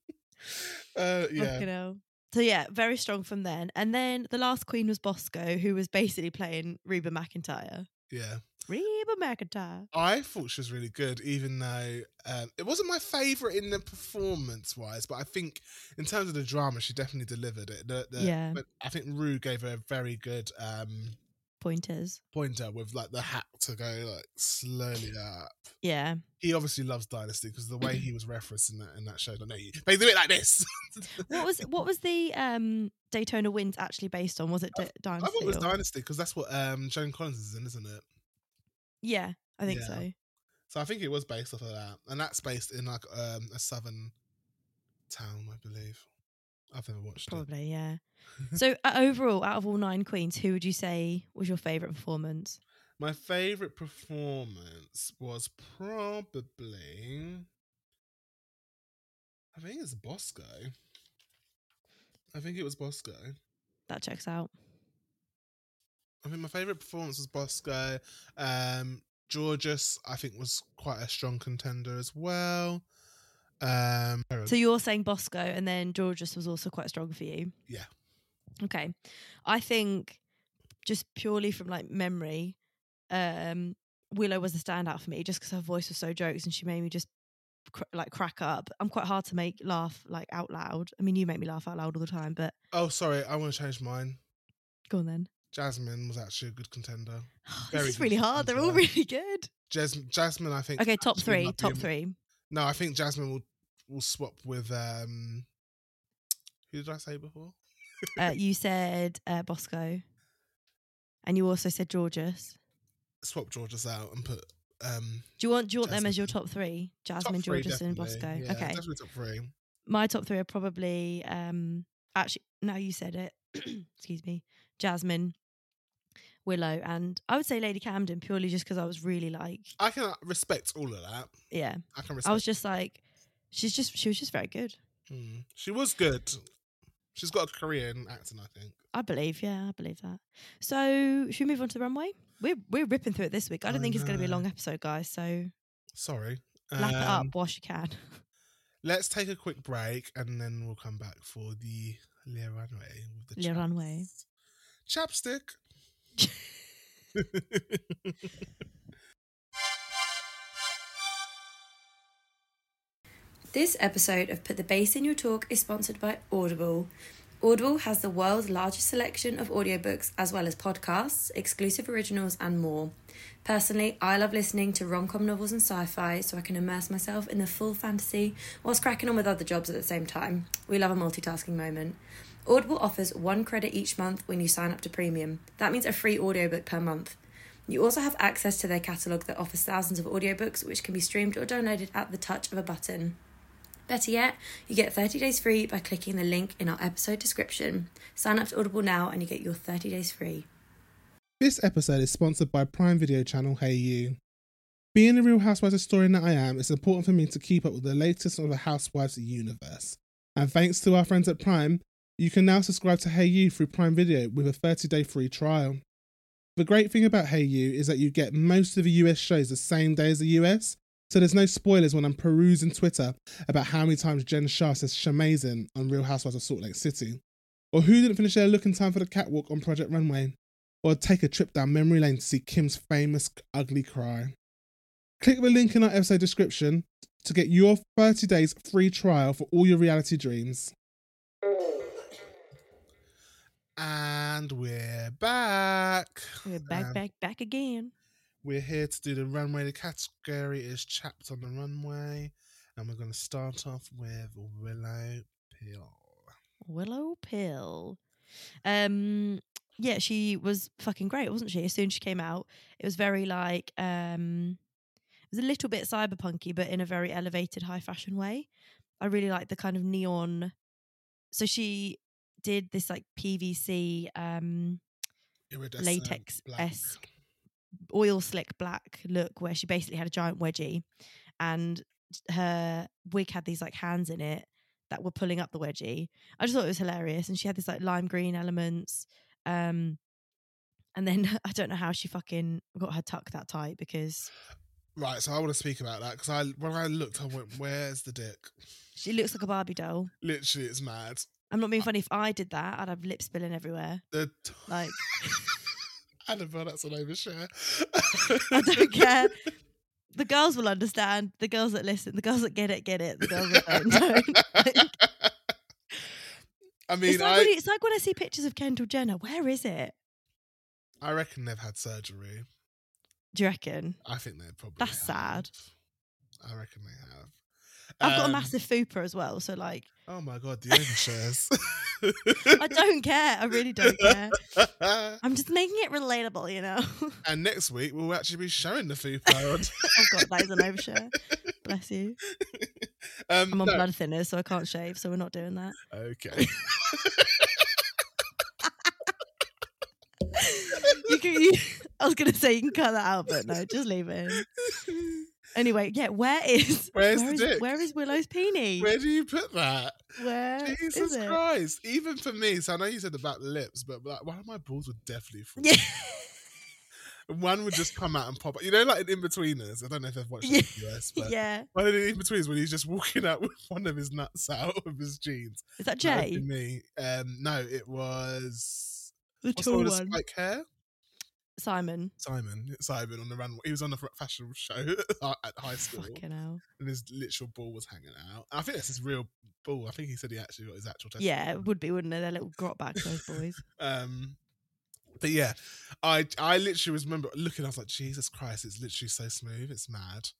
S1: Uh, yeah,
S2: Fucking hell. So yeah, very strong from then. And then the last queen was Bosco, who was basically playing Reba McIntyre.
S1: yeah.
S2: Reba McIntyre.
S1: I thought she was really good, even though um, it wasn't my favorite in the performance wise. But I think in terms of the drama, she definitely delivered it. The, the,
S2: Yeah.
S1: but I think Rue gave her a very good um,
S2: Pointers.
S1: pointer with like the hat to go like slowly up.
S2: Yeah.
S1: He obviously loves Dynasty because the way he was referencing that in that show, like, no, you, they do it like this.
S2: What was what was the um Daytona wins actually based on? Was it D-
S1: I
S2: Dynasty?
S1: thought it was
S2: or-
S1: Dynasty because that's what um, Joan Collins is in, isn't it?
S2: yeah, I think
S1: Yeah.
S2: so.
S1: So I think it was based off of that, and that's based in like um, a southern town, I believe. I've never watched it.
S2: Probably, yeah. so uh, overall, out of all nine queens, who would you say was your favourite performance?
S1: My favorite performance was probably, I think it's Bosco. I think it was Bosco.
S2: That checks out.
S1: I think my favorite performance was Bosco. Um, Georges, I think, was quite a strong contender as well. Um,
S2: So you're saying Bosco, and then Georges was also quite strong for you.
S1: Yeah.
S2: Okay, I think just purely from like memory, um, Willow was the standout for me just because her voice was so jokes and she made me just cr- like crack up. I'm quite hard to make laugh like out loud. I mean, you make me laugh out loud all the time, but
S1: oh, sorry, I want to change mine.
S2: go on then.
S1: Jasmine was actually a good contender. Very
S2: this is
S1: good
S2: really hard. They're all
S1: standout.
S2: really good.
S1: Jas- Jasmine, I think.
S2: Okay, top
S1: actually
S2: three.
S1: might be
S2: Top
S1: in-
S2: three.
S1: No, I think Jasmine will will swap with um. Who did I say before?
S2: Uh, you said uh, Bosco, and you also said Georges.
S1: Swap Georges out and put um.
S2: Do you want do you want them as your
S1: Jasmine.
S2: top three?
S1: top
S2: Jasmine,
S1: three,
S2: Georges, and
S1: definitely.
S2: Bosco.
S1: Yeah,
S2: okay.
S1: definitely top three.
S2: my top three are probably um actually now you said it excuse me jasmine Willow, and I would say Lady Camden purely just because I was really like,
S1: I can uh, respect all of that.
S2: yeah,
S1: I can respect.
S2: I was just like, she's just she was just very good.
S1: Mm. She was good. She's got a career in acting, I think.
S2: I believe, yeah, I believe that. So should we move on to the runway? We're we're ripping through it this week. I don't
S1: I
S2: think it's going to be a
S1: know.
S2: long episode, guys. So
S1: Sorry.
S2: lap it up
S1: Um,
S2: whilst you can.
S1: Let's take a quick break and then we'll come back for the Le Runway with the
S2: Le Runway.
S1: chaps- chapstick.
S2: This episode of Put the Bass in Your Talk is sponsored by Audible. Audible has the world's largest selection of audiobooks as well as podcasts, exclusive originals, and more. Personally, I love listening to rom com novels and sci fi so I can immerse myself in the full fantasy whilst cracking on with other jobs at the same time. We love a multitasking moment. Audible offers one credit each month when you sign up to premium. That means a free audiobook per month. You also have access to their catalogue that offers thousands of audiobooks which can be streamed or downloaded at the touch of a button. Better yet, you get 30 days free by clicking the link in our episode description. Sign up to Audible now and you get your 30 days free.
S1: This episode is sponsored by Prime Video channel Hey You. Being a Real Housewives historian that I am, it's important for me to keep up with the latest of the Housewives universe. And thanks to our friends at Prime, you can now subscribe to Hey You through Prime Video with a 30 day free trial. The great thing about Hey You is that you get most of the US shows the same day as the US, so there's no spoilers when I'm perusing Twitter about how many times Jen Shah says shamazin on Real Housewives of Salt Lake City, or who didn't finish their look in time for the catwalk on Project Runway or take a trip down memory lane to see Kim's famous ugly cry. Click the link in our episode description to get your 30 days free trial for all your reality dreams. And we're back.
S2: We're
S1: Um,
S2: back, back, back again.
S1: We're here to do the runway. The category is chapped on the runway. And we're going to start off with Willow Peel.
S2: Willow Pill. Um, yeah, she was fucking great, wasn't she? As soon as she came out, it was very like, um, it was a little bit cyberpunky, but in a very elevated high fashion way. I really like the kind of neon. So she did this like PVC, um,
S1: Iridescent
S2: latex-esque
S1: black.
S2: oil slick black look where she basically had a giant wedgie and her wig had these like hands in it that were pulling up the wedgie. I just thought it was hilarious and she had this like lime green elements um and then I don't know how she fucking got her tuck that tight because
S1: Right, so I want to speak about that because I when I looked, I went, "Where's the dick?"
S2: she looks like a Barbie doll.
S1: Literally, it's mad.
S2: I'm not being funny. If I did that, I'd have lip spilling everywhere.
S1: The
S2: Like
S1: Annabelle, that's an overshare.
S2: I don't care. The girls will understand. The girls that listen, the girls that get it, get it. The girls that don't, don't.
S1: I mean,
S2: It's like,
S1: I,
S2: when, it's like when I see pictures of Kendall Jenner. Where is it?
S1: I reckon they've had surgery.
S2: Do you reckon?
S1: I think they probably.
S2: That's
S1: have.
S2: sad.
S1: I reckon they have.
S2: I've got
S1: Um,
S2: a massive fupa as well, so like
S1: Oh my god, the overshares.
S2: I don't care. I really don't care. I'm just making it relatable, you know. oh
S1: and next week we'll actually be showing the food pod.
S2: god, that is an overshare. Bless you.
S1: um,
S2: I'm on
S1: no,
S2: blood thinners, so I can't shave, so we're not doing that.
S1: Okay.
S2: You can, you, I was gonna say you can cut that out, but no, just leave it. In. Anyway, yeah, where is
S1: Where's
S2: where
S1: the
S2: is,
S1: dick?
S2: where is Willow's peenie?
S1: Where do you put that?
S2: Where is
S1: Jesus
S2: it?
S1: Christ! Even for me, so I know you said about lips, but like one of my balls would definitely fall.
S2: Yeah.
S1: And One would just come out and pop. up. You know, like in betweeners. I don't know if I've watched it in the US, but
S2: Yeah.
S1: one of the in betweeners when he's just walking out with one of his nuts out of his jeans.
S2: Is that
S1: That would be
S2: Jay?
S1: me. Um, no, it was
S2: The
S1: what's the one
S2: tall
S1: with
S2: one.
S1: the spike hair?
S2: Simon.
S1: Simon. Simon on the runway. He was on the f- fashion show at high school,
S2: Fucking hell.
S1: and his literal ball was hanging out. I think that's his real ball. I think he said he actually got his actual test.
S2: Yeah, it would be, wouldn't it? Their little grot back, those boys.
S1: Um, but yeah, I I literally was remember looking. I was like, Jesus Christ, it's literally so smooth. It's mad.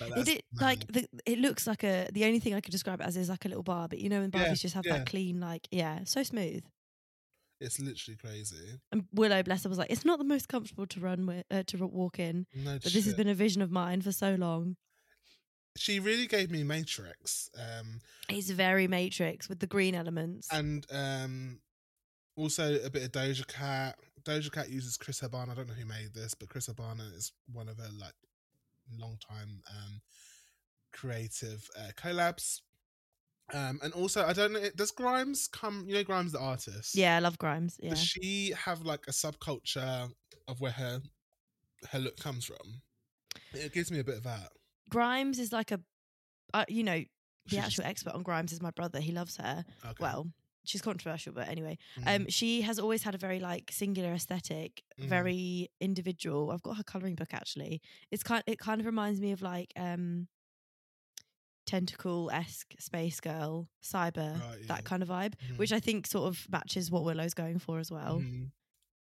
S1: Like,
S2: it
S1: that's
S2: did,
S1: mad.
S2: like the, it looks like a. The only thing I could describe it as is like a little bar, but you know when Barbies
S1: Yeah,
S2: just have
S1: yeah.
S2: that clean, like yeah, so smooth.
S1: it's literally crazy.
S2: And Willow, bless her, was like, it's not the most comfortable to run with, uh, to walk in,
S1: No,
S2: but this has
S1: shit.
S2: been a vision of mine for so long.
S1: she really gave me Matrix. Um,
S2: It's very Matrix with the green elements.
S1: and um, also a bit of Doja Cat, Doja Cat uses Chris Habana. I don't know who made this, but Chris Habana is one of her like long time um, creative uh, collabs. Um, and also, I don't know. Does Grimes come? You know, Grimes the artist.
S2: Yeah, I love Grimes. Yeah.
S1: Does she have like a subculture of where her her look comes from? It gives me a bit of that.
S2: Grimes is like a, uh, you know, the
S1: She's
S2: actual expert on Grimes is my brother. He loves her.
S1: just- okay.
S2: Well, she's controversial, but anyway.
S1: Mm.
S2: Um, she has always had a very like singular aesthetic,
S1: Mhm.
S2: very individual. I've got her coloring book actually. It's kind. It kind of reminds me of like um, tentacle esque space girl, cyber,
S1: Right, Oh, yeah.
S2: uh, that kind of vibe,
S1: Mhm.
S2: which I think sort of matches what Willow's going for as well.
S1: Mhm.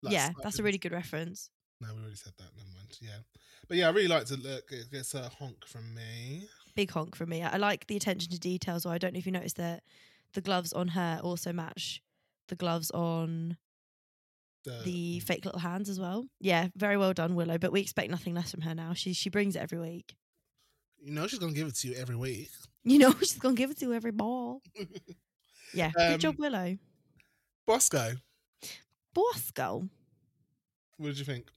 S1: Like
S2: yeah,
S1: slightly
S2: that's a really good reference.
S1: No, we already said that. Never mind. Yeah, but yeah, I really liked the look. It gets a honk from me.
S2: Big honk from me. I, I like the attention to details. Well, I don't know if you noticed that the gloves on her also match the gloves on
S1: The,
S2: the fake little hands as well. Yeah, very well done, Willow. But we expect nothing less from her now. She she brings it every week.
S1: you know she's gonna give it to you every week.
S2: You know she's gonna give it to you every ball. Yeah,
S1: Um,
S2: good job, Willow.
S1: Bosco,
S2: Bosco.
S1: what did you think?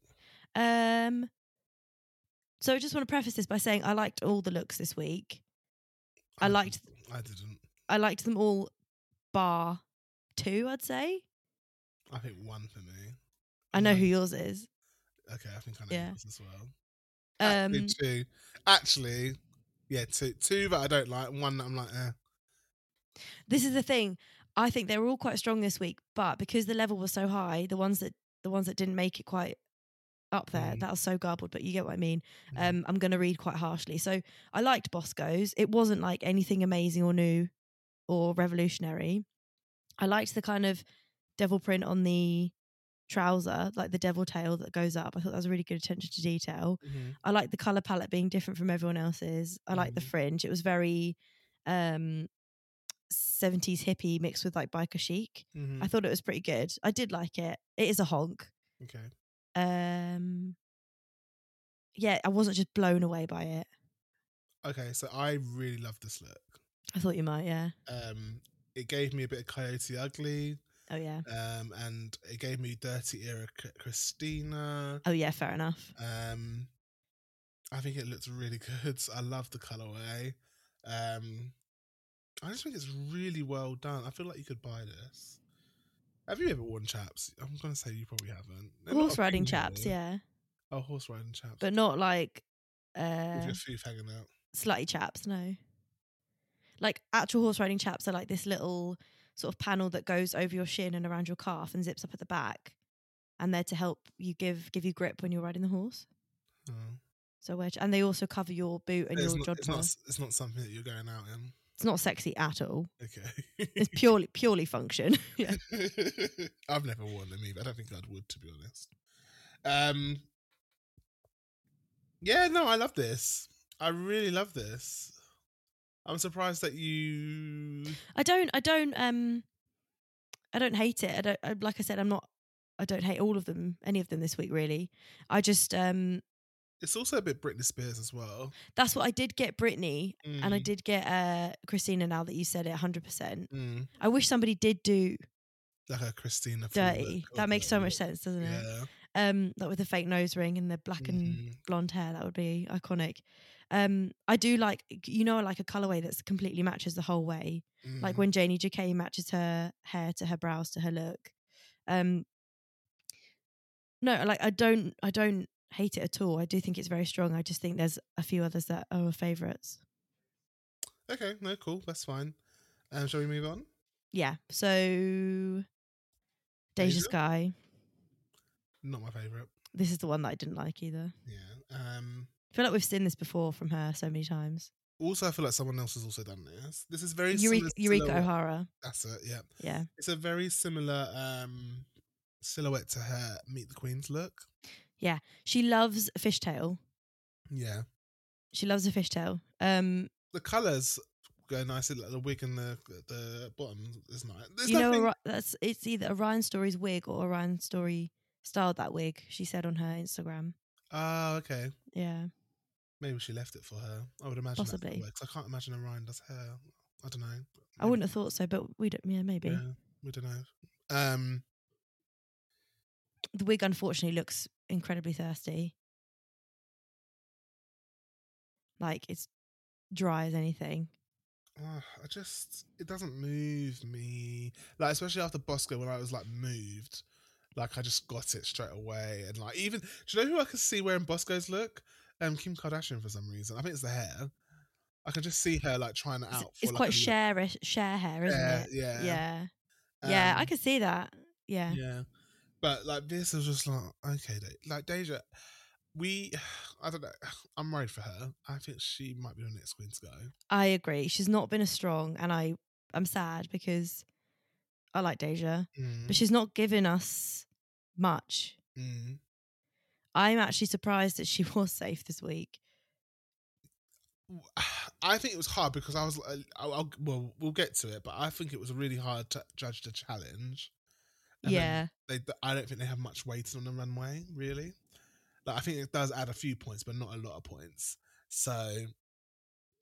S2: Um. So I just want to preface this by saying I liked all the looks this week. I liked
S1: I didn't.
S2: I liked them all, bar two. I'd say.
S1: I think one for me.
S2: I know
S1: Yeah.
S2: who yours is.
S1: Okay, I think I know
S2: Yeah.
S1: yours as well. Actually,
S2: Um,
S1: two. Actually, yeah, two. Two that I don't like. and One that I'm like, eh.
S2: this is the thing. I think they were all quite strong this week, but because the level was so high, the ones that the ones that didn't make it quite up there,
S1: Mm.
S2: that was so garbled. But you get what I mean.
S1: Mm.
S2: Um, I'm going to read quite harshly. So I liked Bosco's. It wasn't like anything amazing or new or revolutionary. I liked the kind of devil print on the trouser, like the devil tail that goes up. I thought that was really good attention to detail.
S1: mhm.
S2: I like the color palette being different from everyone else's. I like the
S1: Mhm.
S2: fringe. It was very um 70s hippie mixed with like biker chic.
S1: Mhm.
S2: I thought it was pretty good. I did like it. It is a honk.
S1: okay.
S2: Um Yeah, I wasn't just blown away by it.
S1: Okay, so I really love this look.
S2: I thought you might, yeah.
S1: Um, it gave me a bit of Coyote Ugly,
S2: Oh yeah.
S1: um, and it gave me Dirty Era C- Christina.
S2: Oh yeah, fair enough.
S1: Um, I think it looked really good. I love the colorway. Um, I just think it's really well done. I feel like you could buy this. Have you ever worn chaps? I'm gonna say you probably haven't. They're not a
S2: Horse
S1: thing
S2: riding chaps,
S1: really.
S2: yeah.
S1: Oh, horse riding chaps.
S2: But not like
S1: with
S2: uh
S1: your feet hanging out.
S2: slutty chaps, no. Like actual horse riding chaps are like this little sort of panel that goes over your shin and around your calf and zips up at the back, and they're to help you give give you grip when you're riding the horse.
S1: Oh.
S2: So where and they also cover your boot and
S1: It's,
S2: your
S1: not,
S2: jodhpur.
S1: it's, not, it's not something that you're going out in.
S2: It's not sexy at all.
S1: Okay.
S2: It's purely purely function. yeah.
S1: I've never worn them either. I don't think I'd would to be honest. Um Yeah, no, I love this. I really love this. I'm surprised that you
S2: I don't I don't um I don't hate it. I don't I, like I said I'm not I don't hate all of them any of them this week really. I just um
S1: it's also a bit Britney Spears as well.
S2: that's what I did get Britney and I
S1: Mm,
S2: did get uh, Christina. Now that you said it, hundred percent.
S1: mm,
S2: I wish somebody did do
S1: like a Christina Full
S2: dirty.
S1: look or
S2: That makes so
S1: whatever.
S2: much sense, doesn't it?
S1: Yeah.
S2: Um, like with the fake nose ring and the black and
S1: mhm.
S2: blonde hair, that would be iconic. Um, I do like, you know, I like a colorway that's completely matches the whole way. Like
S1: Mm.
S2: when Janie Jacquet matches her hair to her brows to her look. Um, no, like I don't, I don't hate it at all. I do think it's very strong. I just think there's a few others that are favorites.
S1: Okay, no, cool, that's fine. Um, shall we move on?
S2: yeah. So Deja
S1: Deja?
S2: Sky.
S1: Not my favourite.
S2: This is the one that I didn't like either.
S1: Yeah. Um
S2: I feel like we've seen this before from her so many times.
S1: also I feel like someone else has also done this. This is very
S2: Eureka,
S1: similar
S2: Eureka
S1: to-
S2: O'Hara.
S1: That's it, yeah.
S2: Yeah.
S1: It's a very similar um silhouette to her Meet the Queen's look.
S2: She loves a fishtail.
S1: Yeah.
S2: She loves a fishtail. Um,
S1: The colours go nicely, like the wig and the the bottom is nice. There's
S2: you know,
S1: nothing-
S2: Ori- that's it's either Orion Story's wig or Orion Story styled that wig. She said on her Instagram.
S1: Oh, okay.
S2: Yeah.
S1: Maybe she left it for her. I would imagine
S2: Possibly.
S1: Because I can't imagine Orion does hair. I don't know.
S2: I wouldn't have thought so, but we don't. Yeah, maybe.
S1: Yeah, we don't know. Um
S2: The wig unfortunately looks incredibly thirsty. Like it's dry as anything.
S1: Ah, I just it doesn't move me. Like especially after Bosco when I was like moved, like I just got it straight away. And like even do you know who I could see wearing Bosco's look? Um, Kim Kardashian for some reason. I think it's the hair. I can just see her like trying it
S2: It's,
S1: out.
S2: it's
S1: for, like, a
S2: quite
S1: look.
S2: share share hair, isn't
S1: Yeah,
S2: it?
S1: yeah,
S2: Yeah. Yeah, I
S1: Um,
S2: could see that. Yeah.
S1: yeah. But like this is just like okay, De- like Deja, we, I don't know. I'm worried for her. I think she might be the next queen to go.
S2: I agree. She's not been as strong and I I'm sad because I like Deja,
S1: Mm,
S2: but she's not given us much.
S1: mm.
S2: I'm actually surprised that she was safe this week.
S1: I think it was hard because I was. uh, I'll, I'll, well, we'll get to it, but I think it was really hard to judge the challenge. And then
S2: yeah.
S1: they, I don't think they have much weight on the runway, really. Like, I think it does add a few points, but not a lot of points. So,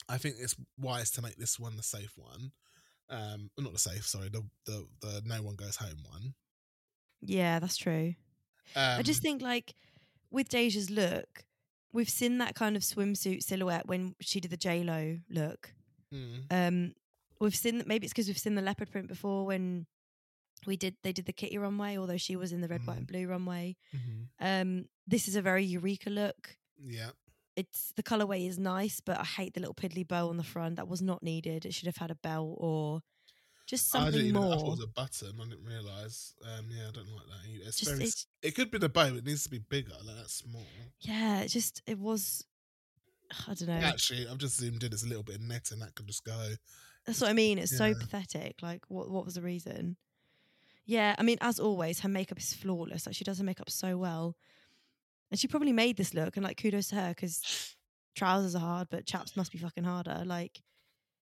S1: I think it's wise to make this one the safe one. Um, not the safe, sorry, the the, the no one goes home one.
S2: Yeah, that's true.
S1: Um,
S2: I just think like with Deja's look, we've seen that kind of swimsuit silhouette when she did the J Lo look.
S1: mm,
S2: Um, we've seen that maybe it's because we've seen the leopard print before when we did they did the kitty runway, although she was in the red, white,
S1: Mhm.
S2: and blue runway.
S1: mhm.
S2: Um, this is a very eureka look.
S1: yeah,
S2: It's the colorway is nice, but I hate the little piddly bow on the front. That was not needed. It should have had a belt or just
S1: I didn't
S2: something
S1: even, I thought it
S2: more.
S1: was a button. I didn't realize. Um, yeah, I don't like that. either. It's
S2: Just
S1: very.
S2: it's,
S1: it could be the bow. It needs to be bigger. Like that's small.
S2: yeah, it just it was. I don't know.
S1: Actually, I've just zoomed in. It's a little bit of netting that could just go.
S2: That's what I mean. It's so
S1: Yeah.
S2: pathetic. Like, what what was the reason? Yeah, I mean, as always, her makeup is flawless. Like, she does her makeup so well, and she probably made this look. And like, kudos to her because trousers are hard, but chaps must be fucking harder. Like,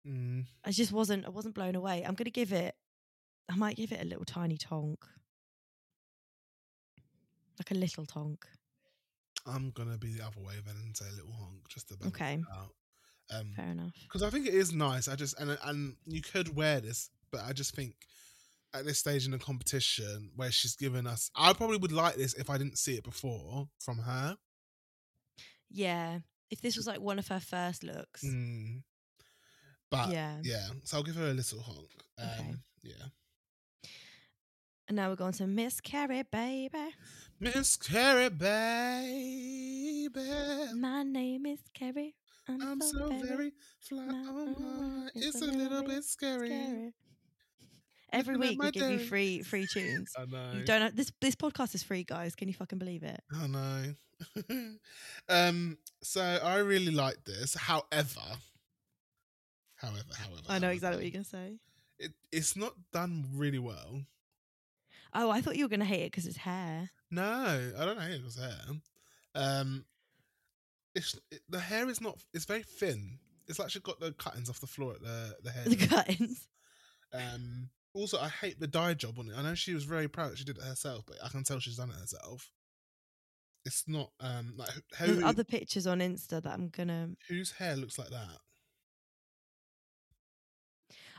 S1: Mm.
S2: I just wasn't. I wasn't blown away. I'm gonna give it. I might give it a little tiny tonk, like a little tonk.
S1: I'm gonna be the other way then and say a little honk just to balance
S2: Okay.
S1: it out. Um,
S2: Fair enough.
S1: because I think it is nice. I just and and you could wear this, but I just think at this stage in the competition where she's given us, I probably would like this if I didn't see it before from her.
S2: Yeah, if this was like one of her first looks,
S1: Mm. But yeah.
S2: yeah.
S1: so I'll give her a little honk. Um,
S2: Okay.
S1: Yeah,
S2: And now we're going to Miss Carrie, baby.
S1: Miss Carrie, baby.
S2: My name is Kerry. I'm,
S1: I'm so very fly. Oh my, it's a little bit scary.
S2: scary. Every
S1: Looking at
S2: week
S1: my
S2: we give you
S1: day.
S2: free free tunes.
S1: I know.
S2: You don't have, this this podcast is free, guys. Can you fucking believe it?
S1: I know. um, so I really like this. However, however, however,
S2: I know
S1: however,
S2: exactly what you're gonna say.
S1: It, it's not done really well.
S2: Oh, I thought you were gonna hate it because it's hair.
S1: No, I don't know. It was hair. Um, it's it, the hair is not. It's very thin. It's like she got the cuttings off the floor at the the hair.
S2: The curtains.
S1: Um, also, I hate the dye job on it. I know she was very proud that she did it herself, but I can tell she's done it herself. It's not um like who,
S2: There's other pictures on Insta that I'm gonna.
S1: whose hair looks like that.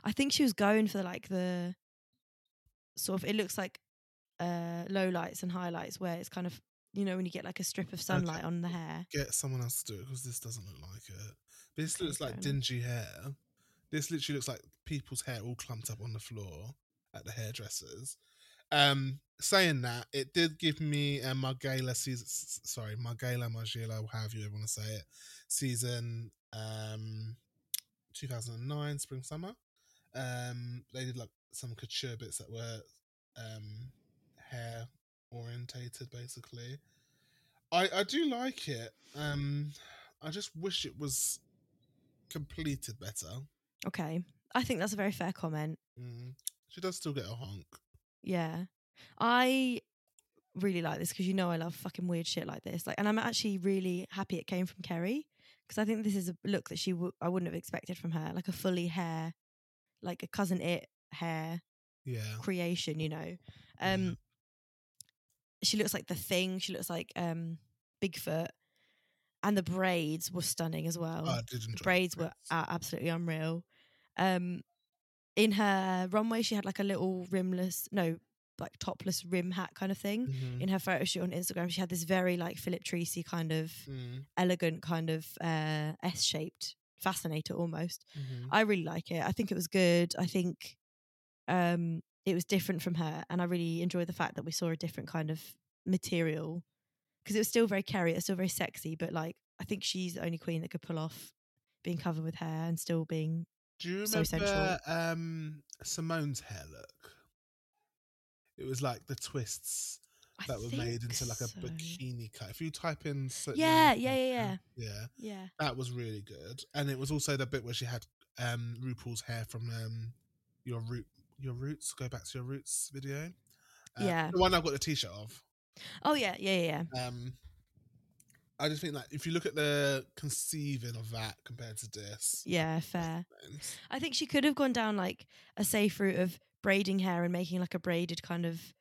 S2: I think she was going for like the sort of. It looks like uh low lights and highlights where it's kind of you know when you get like a strip of sunlight on the hair.
S1: get someone else to do it because this doesn't look like it. This
S2: Okay,
S1: looks like
S2: fair enough.
S1: dingy hair. This literally looks like people's hair all clumped up on the floor at the hairdressers. Um, saying that, it did give me uh, Margala season. s- s- Sorry, Margala Margila, however you want to say it, season um, 2009 spring summer. Um, they did like some couture bits that were um, hair orientated, basically. I I do like it. Um, I just wish it was completed better.
S2: Okay, I think that's a very fair comment.
S1: Mm. She does still get a honk.
S2: Yeah. I really like this because you know I love fucking weird shit like this. Like, and I'm actually really happy it came from Kerry because I think this is a look that she w- I wouldn't have expected from her, like a fully hair, like a cousin it hair
S1: Yeah.
S2: creation. You know, um,
S1: Mhm.
S2: she looks like the thing. She looks like um Bigfoot, and the braids were stunning as well.
S1: I did enjoy
S2: Oh, the braids were uh, absolutely unreal. Um, in her runway, she had like a little rimless, no, like topless rim hat kind of thing
S1: Mhm.
S2: in her photo shoot on Instagram. She had this very like Philip Treacy kind of
S1: Mm,
S2: elegant kind of uh, S shaped fascinator almost.
S1: mhm.
S2: I really like it. I think it was good. I think um, it was different from her, and I really enjoyed the fact that we saw a different kind of material because it was still very carry, it was still very sexy, but like I think she's the only queen that could pull off being covered with hair and still being
S1: Do you
S2: so
S1: remember
S2: sensual.
S1: um, Simone's hair look? It was like the twists
S2: I
S1: that were
S2: think
S1: made into like a
S2: so.
S1: bikini cut. If you type in, so-
S2: Yeah,
S1: Simone's
S2: yeah,
S1: hair
S2: yeah, yeah,
S1: look, yeah,
S2: yeah.
S1: that was really good. And it was also the bit where she had um, RuPaul's hair from um, your root, your roots. Go back to your roots video. Uh,
S2: Yeah.
S1: the one I've got the t-shirt of.
S2: Oh yeah, yeah, yeah, yeah.
S1: Um, I just think that if you look at the conceiving of that compared to this,
S2: Yeah, fair.
S1: then-
S2: I think she could have gone down like a safe route of braiding hair and making like a braided kind of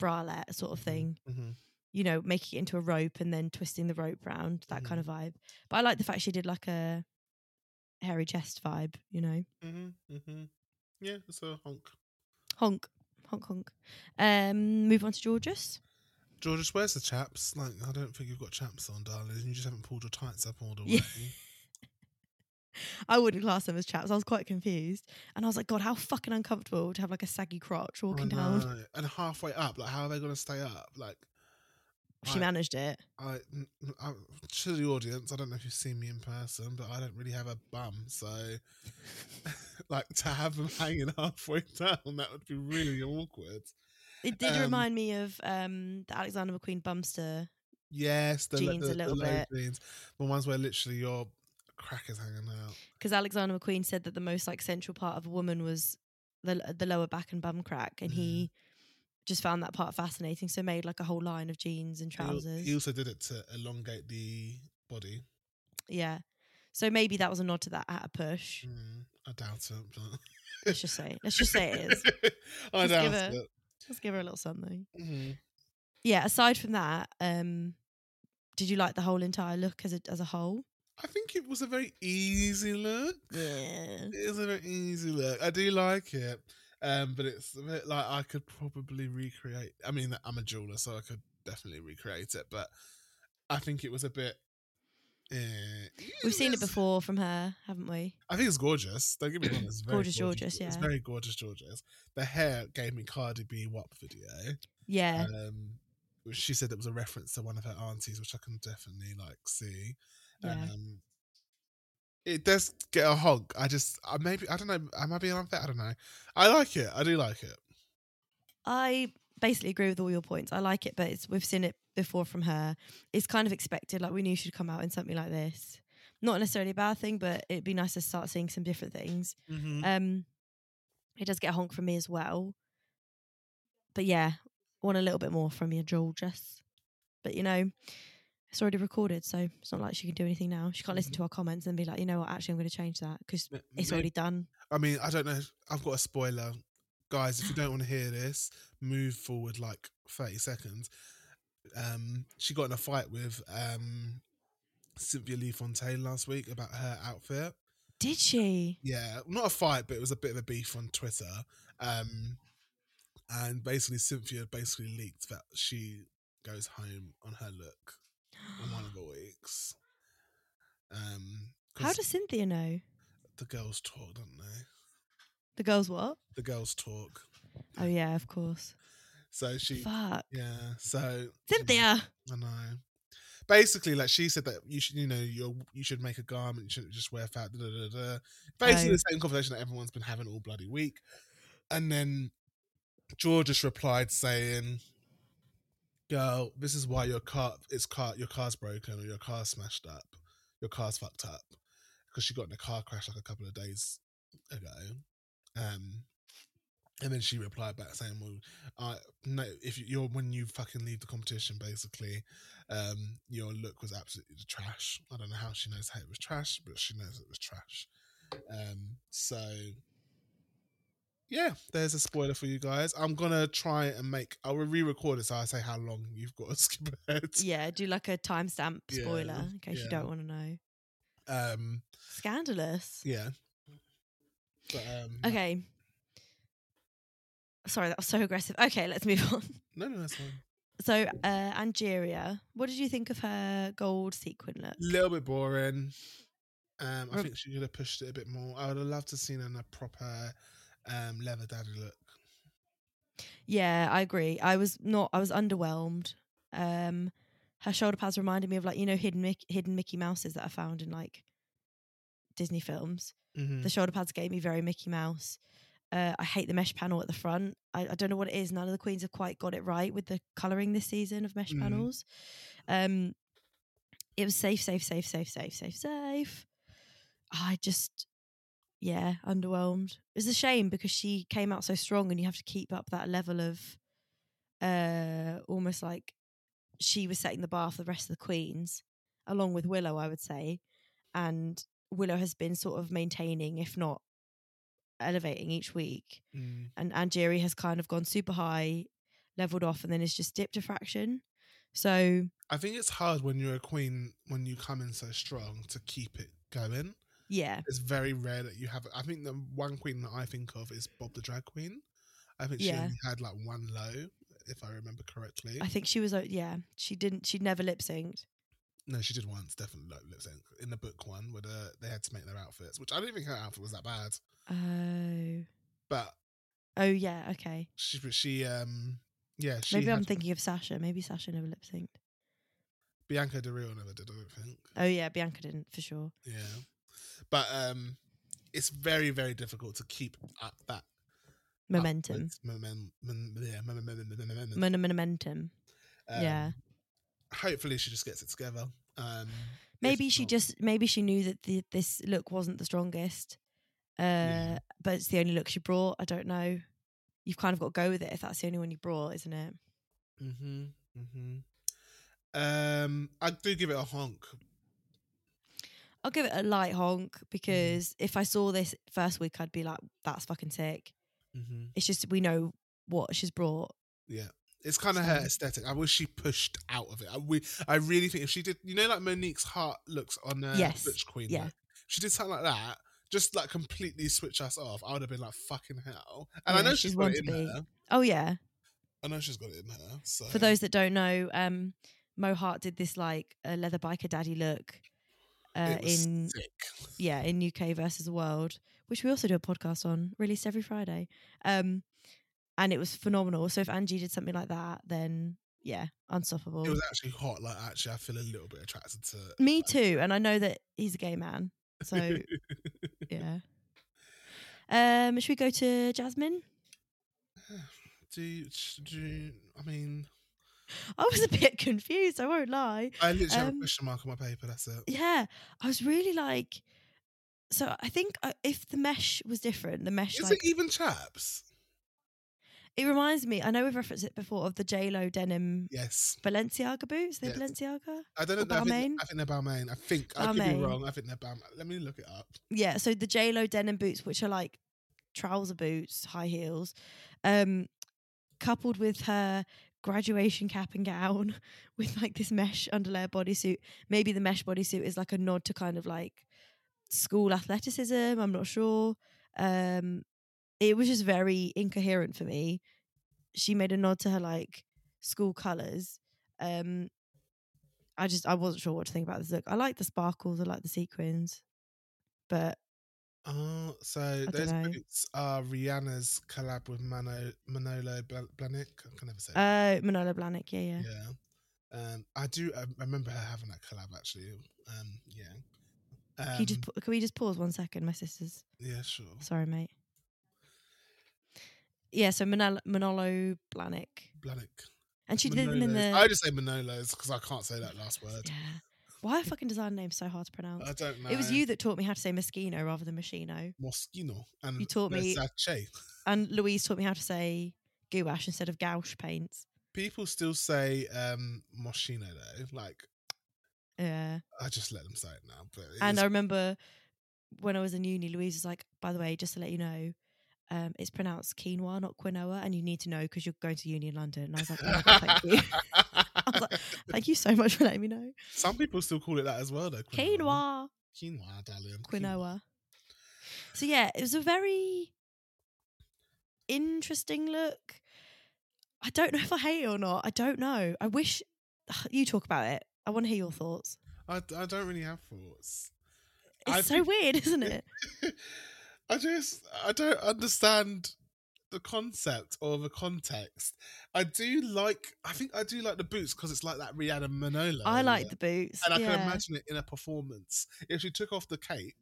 S2: bralette sort of
S1: Mhm.
S2: thing.
S1: Mhm.
S2: You know, making it into a rope and then twisting the rope round, that kind of vibe. But I like the fact she did like a hairy chest vibe, you know.
S1: Mhm, mhm. Yeah, it's a honk.
S2: Honk, honk, honk. Um, move on to Georges.
S1: Georges, where's the chaps? Like, I don't think you've got chaps on, darling. You just haven't pulled your tights up all the way.
S2: Yeah. I wouldn't class them as chaps. I was quite confused. And I was like, God, how fucking uncomfortable to have like a saggy crotch walking
S1: I
S2: down.
S1: know. And halfway up, like, how are they going to stay up? Like,
S2: She
S1: I-
S2: managed it.
S1: I, n- n- I, to the audience, I don't know if you've seen me in person, but I don't really have a bum, so like to have them hanging halfway down, that would be really awkward.
S2: It did
S1: Um,
S2: remind me of um, the Alexander McQueen bumster.
S1: Yes, the, le-
S2: Jeans a
S1: the,
S2: little
S1: the low
S2: bit.
S1: jeans, the ones where literally your crack is hanging out.
S2: because Alexander McQueen said that the most like central part of a woman was the the lower back and bum crack, and
S1: Mhm.
S2: he just found that part fascinating, so made like a whole line of jeans and
S1: He al-
S2: trousers.
S1: He also did it to elongate the body.
S2: yeah, so maybe that was a nod to that at a push.
S1: Mm, I doubt it. But
S2: Let's just say, let's just say it is.
S1: I
S2: Just
S1: doubt
S2: give
S1: it.
S2: Let's give her a little something.
S1: Mhm.
S2: Yeah. Aside from that, um, did you like the whole entire look as a as a whole?
S1: I think it was a very easy look.
S2: Yeah.
S1: It is a very easy look. I do like it. Um, but it's a bit like I could probably recreate. I mean, I'm a jeweler, so I could definitely recreate it. But I think it was a bit. eh.
S2: We've seen it
S1: It's-
S2: before from her, haven't we?
S1: I think it's gorgeous. Don't get me wrong. It's very
S2: Gorgeous, gorgeous,
S1: It's
S2: yeah.
S1: very gorgeous, gorgeous. The hair gave me Cardi B WAP video.
S2: Yeah.
S1: Um, which she said it was a reference to one of her aunties, which I can definitely like see.
S2: yeah.
S1: Um, it does get a hog. I just, I maybe, I don't know. Am I being unfair? I don't know. I like it. I do like it.
S2: I basically agree with all your points. I like it, but it's, we've seen it before from her. It's kind of expected. Like we knew she'd come out in something like this. Not necessarily a bad thing, but it'd be nice to start seeing some different things.
S1: Mm.
S2: Um, it does get a honk from me as well. But yeah, want a little bit more from your Joel Jess. But you know, it's already recorded, so it's not like she can do anything now. She can't listen
S1: Mm-hmm.
S2: to our comments and be like, you know what, actually, I'm going to change that because
S1: M-
S2: it's
S1: may-
S2: already done.
S1: I mean, I don't know. if- I've got a spoiler, guys. If you don't want to hear this, move forward like thirty seconds. Um, she got in a fight with um Cynthia Lee Fontaine last week about her outfit.
S2: Did she?
S1: yeah, not a fight, but it was a bit of a beef on Twitter. Um, and basically, Cynthia basically leaked that she goes home on her look on one of the weeks. Um, 'cause
S2: How does Cynthia know?
S1: the girls talk, don't they?
S2: The girls what?
S1: The girls talk.
S2: Oh yeah, of course.
S1: So she,
S2: Fuck. uh,
S1: yeah. So
S2: Cynthia.
S1: I know. Basically, like she said that you should, you know, you you should make a garment. You should just wear fat. Da, da, da, da. Basically,
S2: Oh.
S1: the same conversation that everyone's been having all bloody week. And then George just replied saying, "Girl, this is why your car it's car your car's broken or your car's smashed up. Your car's fucked up because she got in a car crash like a couple of days ago." Um, and then she replied back saying, "Well, I no, if you- you're when you fucking leave the competition, basically, um, your look was absolutely trash. I don't know how she knows how it was trash, but she knows it was trash. Um, so yeah, there's a spoiler for you guys. I'm gonna try and make. I will re-record it so I say how long you've got to skip ahead.
S2: Yeah, do like a timestamp
S1: Yeah,
S2: spoiler in case
S1: yeah.
S2: you don't want to know.
S1: Um,
S2: Scandalous.
S1: yeah. But um,
S2: Okay. Sorry, that was so aggressive. Okay, let's move on.
S1: No, no, that's fine.
S2: So, uh, Angeria, what did you think of her gold sequin look?
S1: A little bit boring. Um, I
S2: Rem-
S1: think she should have pushed it a bit more. I would have loved to have seen her in a proper um, leather daddy look.
S2: Yeah, I agree. I was not. I was underwhelmed. Um, her shoulder pads reminded me of like you know hidden Mic- hidden Mickey Mouses that I found in like Disney films.
S1: Mhm.
S2: The shoulder pads gave me very Mickey Mouse. Uh, I hate the mesh panel at the front. I, I don't know what it is. None of the queens have quite got it right with the colouring this season of mesh
S1: Mhm.
S2: panels. Um, it was safe, safe, safe, safe, safe, safe, safe. I just, yeah, underwhelmed. It's a shame because she came out so strong, and you have to keep up that level of, uh, almost like she was setting the bar for the rest of the queens, along with Willow, I would say, and Willow has been sort of maintaining, if not elevating each week.
S1: Mm.
S2: And Anjiri has kind of gone super high, leveled off, and then has just dipped a fraction. So
S1: I think it's hard when you're a queen when you come in so strong to keep it going.
S2: yeah,
S1: It's very rare that you have. I think the one queen that I think of is Bob the drag queen. I think she
S2: Yeah.
S1: only had like one low, if I remember correctly.
S2: I think she was. o- Yeah, she didn't. She'd never lip synced.
S1: No, she did once, definitely low lip sync in the book one where the, they had to make their outfits, which I don't think her outfit was that bad,
S2: Oh,
S1: but
S2: oh yeah. Okay.
S1: she but she um yeah she
S2: Maybe I'm
S1: had-
S2: thinking of Sasha. Maybe Sasha never lip synced.
S1: Bianca De Rio never did, I don't think.
S2: Oh yeah, Bianca didn't for sure.
S1: Yeah, but um, it's very very difficult to keep up that Ah,
S2: Momentum.
S1: upwards momen- mon- yeah, momen- momen- momen- momen-
S2: Mon- momentum.
S1: um,
S2: yeah.
S1: Hopefully, she just gets it together. Um, if
S2: Maybe she
S1: not-
S2: just maybe she knew that the, this look wasn't the strongest, uh,
S1: Yeah.
S2: but it's the only look she brought. I don't know. You've kind of got to go with it if that's the only one you brought, isn't it?
S1: Mhm, mhm. Um, I do give it a honk.
S2: I'll give it a light honk
S1: Mm-hmm.
S2: because if I saw this first week, I'd be like, "That's fucking sick."
S1: hmm
S2: It's just we know what she's brought.
S1: Yeah. It's kind of her
S2: So-
S1: aesthetic. I wish she pushed out of it. I, we, I really think if she did, you know, like Monique's heart looks on uh,
S2: Yes,
S1: Butch Queen.
S2: yeah.
S1: look, if she did something like that, just like completely switch us off. I would have been like, fucking hell. And I
S2: Yeah,
S1: know
S2: she's
S1: she's
S2: one
S1: got it
S2: to
S1: in
S2: beat.
S1: her.
S2: Oh yeah.
S1: I know she's got it in her. So
S2: For those that don't know, um, Mo Hart did this like a leather biker daddy look uh,
S1: it was
S2: in
S1: sick.
S2: yeah, in UK versus the world, which we also do a podcast on, released every Friday. Um, and it was phenomenal. So if Angie did something like that, then yeah, unstoppable.
S1: It was actually hot. Like, actually, I feel a little bit attracted to.
S2: Me too, and I know that he's a gay man. So yeah. Um, should we go to Jasmine?
S1: do, do I mean?
S2: I was a bit confused. I won't lie.
S1: I literally have a
S2: Um,
S1: question mark on my paper. That's it.
S2: Yeah, I was really like. So I think uh, if the mesh was different, the mesh
S1: Is
S2: like
S1: it even chaps?
S2: it reminds me. I know we've referenced it before of the J Lo denim
S1: Yes.
S2: Balenciaga boots. They're
S1: Yes.
S2: Balenciaga.
S1: I don't know.
S2: Or
S1: I
S2: Balmain?
S1: think, I think they're Balmain. I think I could be
S2: Balmain.
S1: wrong. I think they're Balmain. Let me look it up.
S2: Yeah, so the J Lo denim boots, which are like trouser boots, high heels, um, coupled with her graduation cap and gown with like this mesh underlayer bodysuit. Maybe the mesh bodysuit is like a nod to kind of like school athleticism. I'm not sure. Um, it was just very incoherent for me. She made a nod to her like school colours. Um, I just I wasn't sure what to think about this look. I like the sparkles, I like the sequins, but
S1: Oh, so those
S2: dunno.
S1: boots are Rihanna's collab with Mano, Manolo Bl- Blahnik. I can never say. it.
S2: Oh, Manolo Blahnik, yeah, yeah.
S1: yeah. Um, I do. I remember her having that collab actually. Um, yeah. Um,
S2: can, you just, pa- can we just pause one second? My sister's.
S1: yeah, sure.
S2: Sorry, mate. Yeah, so Manolo, Manolo Blahnik.
S1: Blahnik.
S2: And she did them in
S1: Manolo's.
S2: the.
S1: I just say Manolo's because I can't say that last word.
S2: yeah. Why are fucking design names so hard to pronounce?
S1: I don't know.
S2: It was you that taught me how to say Moschino rather than Machino.
S1: Moschino and
S2: You taught me-
S1: Versace.
S2: And Louise taught me how to say gouache instead of gouache paints.
S1: People still say um, Moschino though. Like
S2: Yeah.
S1: I just let them say it now. But it
S2: And
S1: is-
S2: I remember when I was in uni, Louise was like, by the way, just to let you know, um, it's pronounced quinoa, not quinoa, and you need to know because you're going to uni in London. And I was like, oh, my God, thank you. was like, Thank you so much for letting me know.
S1: Some people still call it that as well, though.
S2: Quinoa,
S1: Quinoa, darling.
S2: quinoa. So yeah, it was a very interesting look. I don't know if I hate it or not. I don't know. I wish you talk about it. I want to hear your thoughts.
S1: I, I don't really have thoughts.
S2: It's
S1: I
S2: so
S1: think-
S2: weird, isn't it?
S1: I just I don't understand the concept or the context. I do like I think I do like the boots because it's like that Rihanna Manolo.
S2: I like
S1: isn't
S2: the boots.
S1: it? and I
S2: yeah.
S1: can imagine it in a performance. If she took off the cape,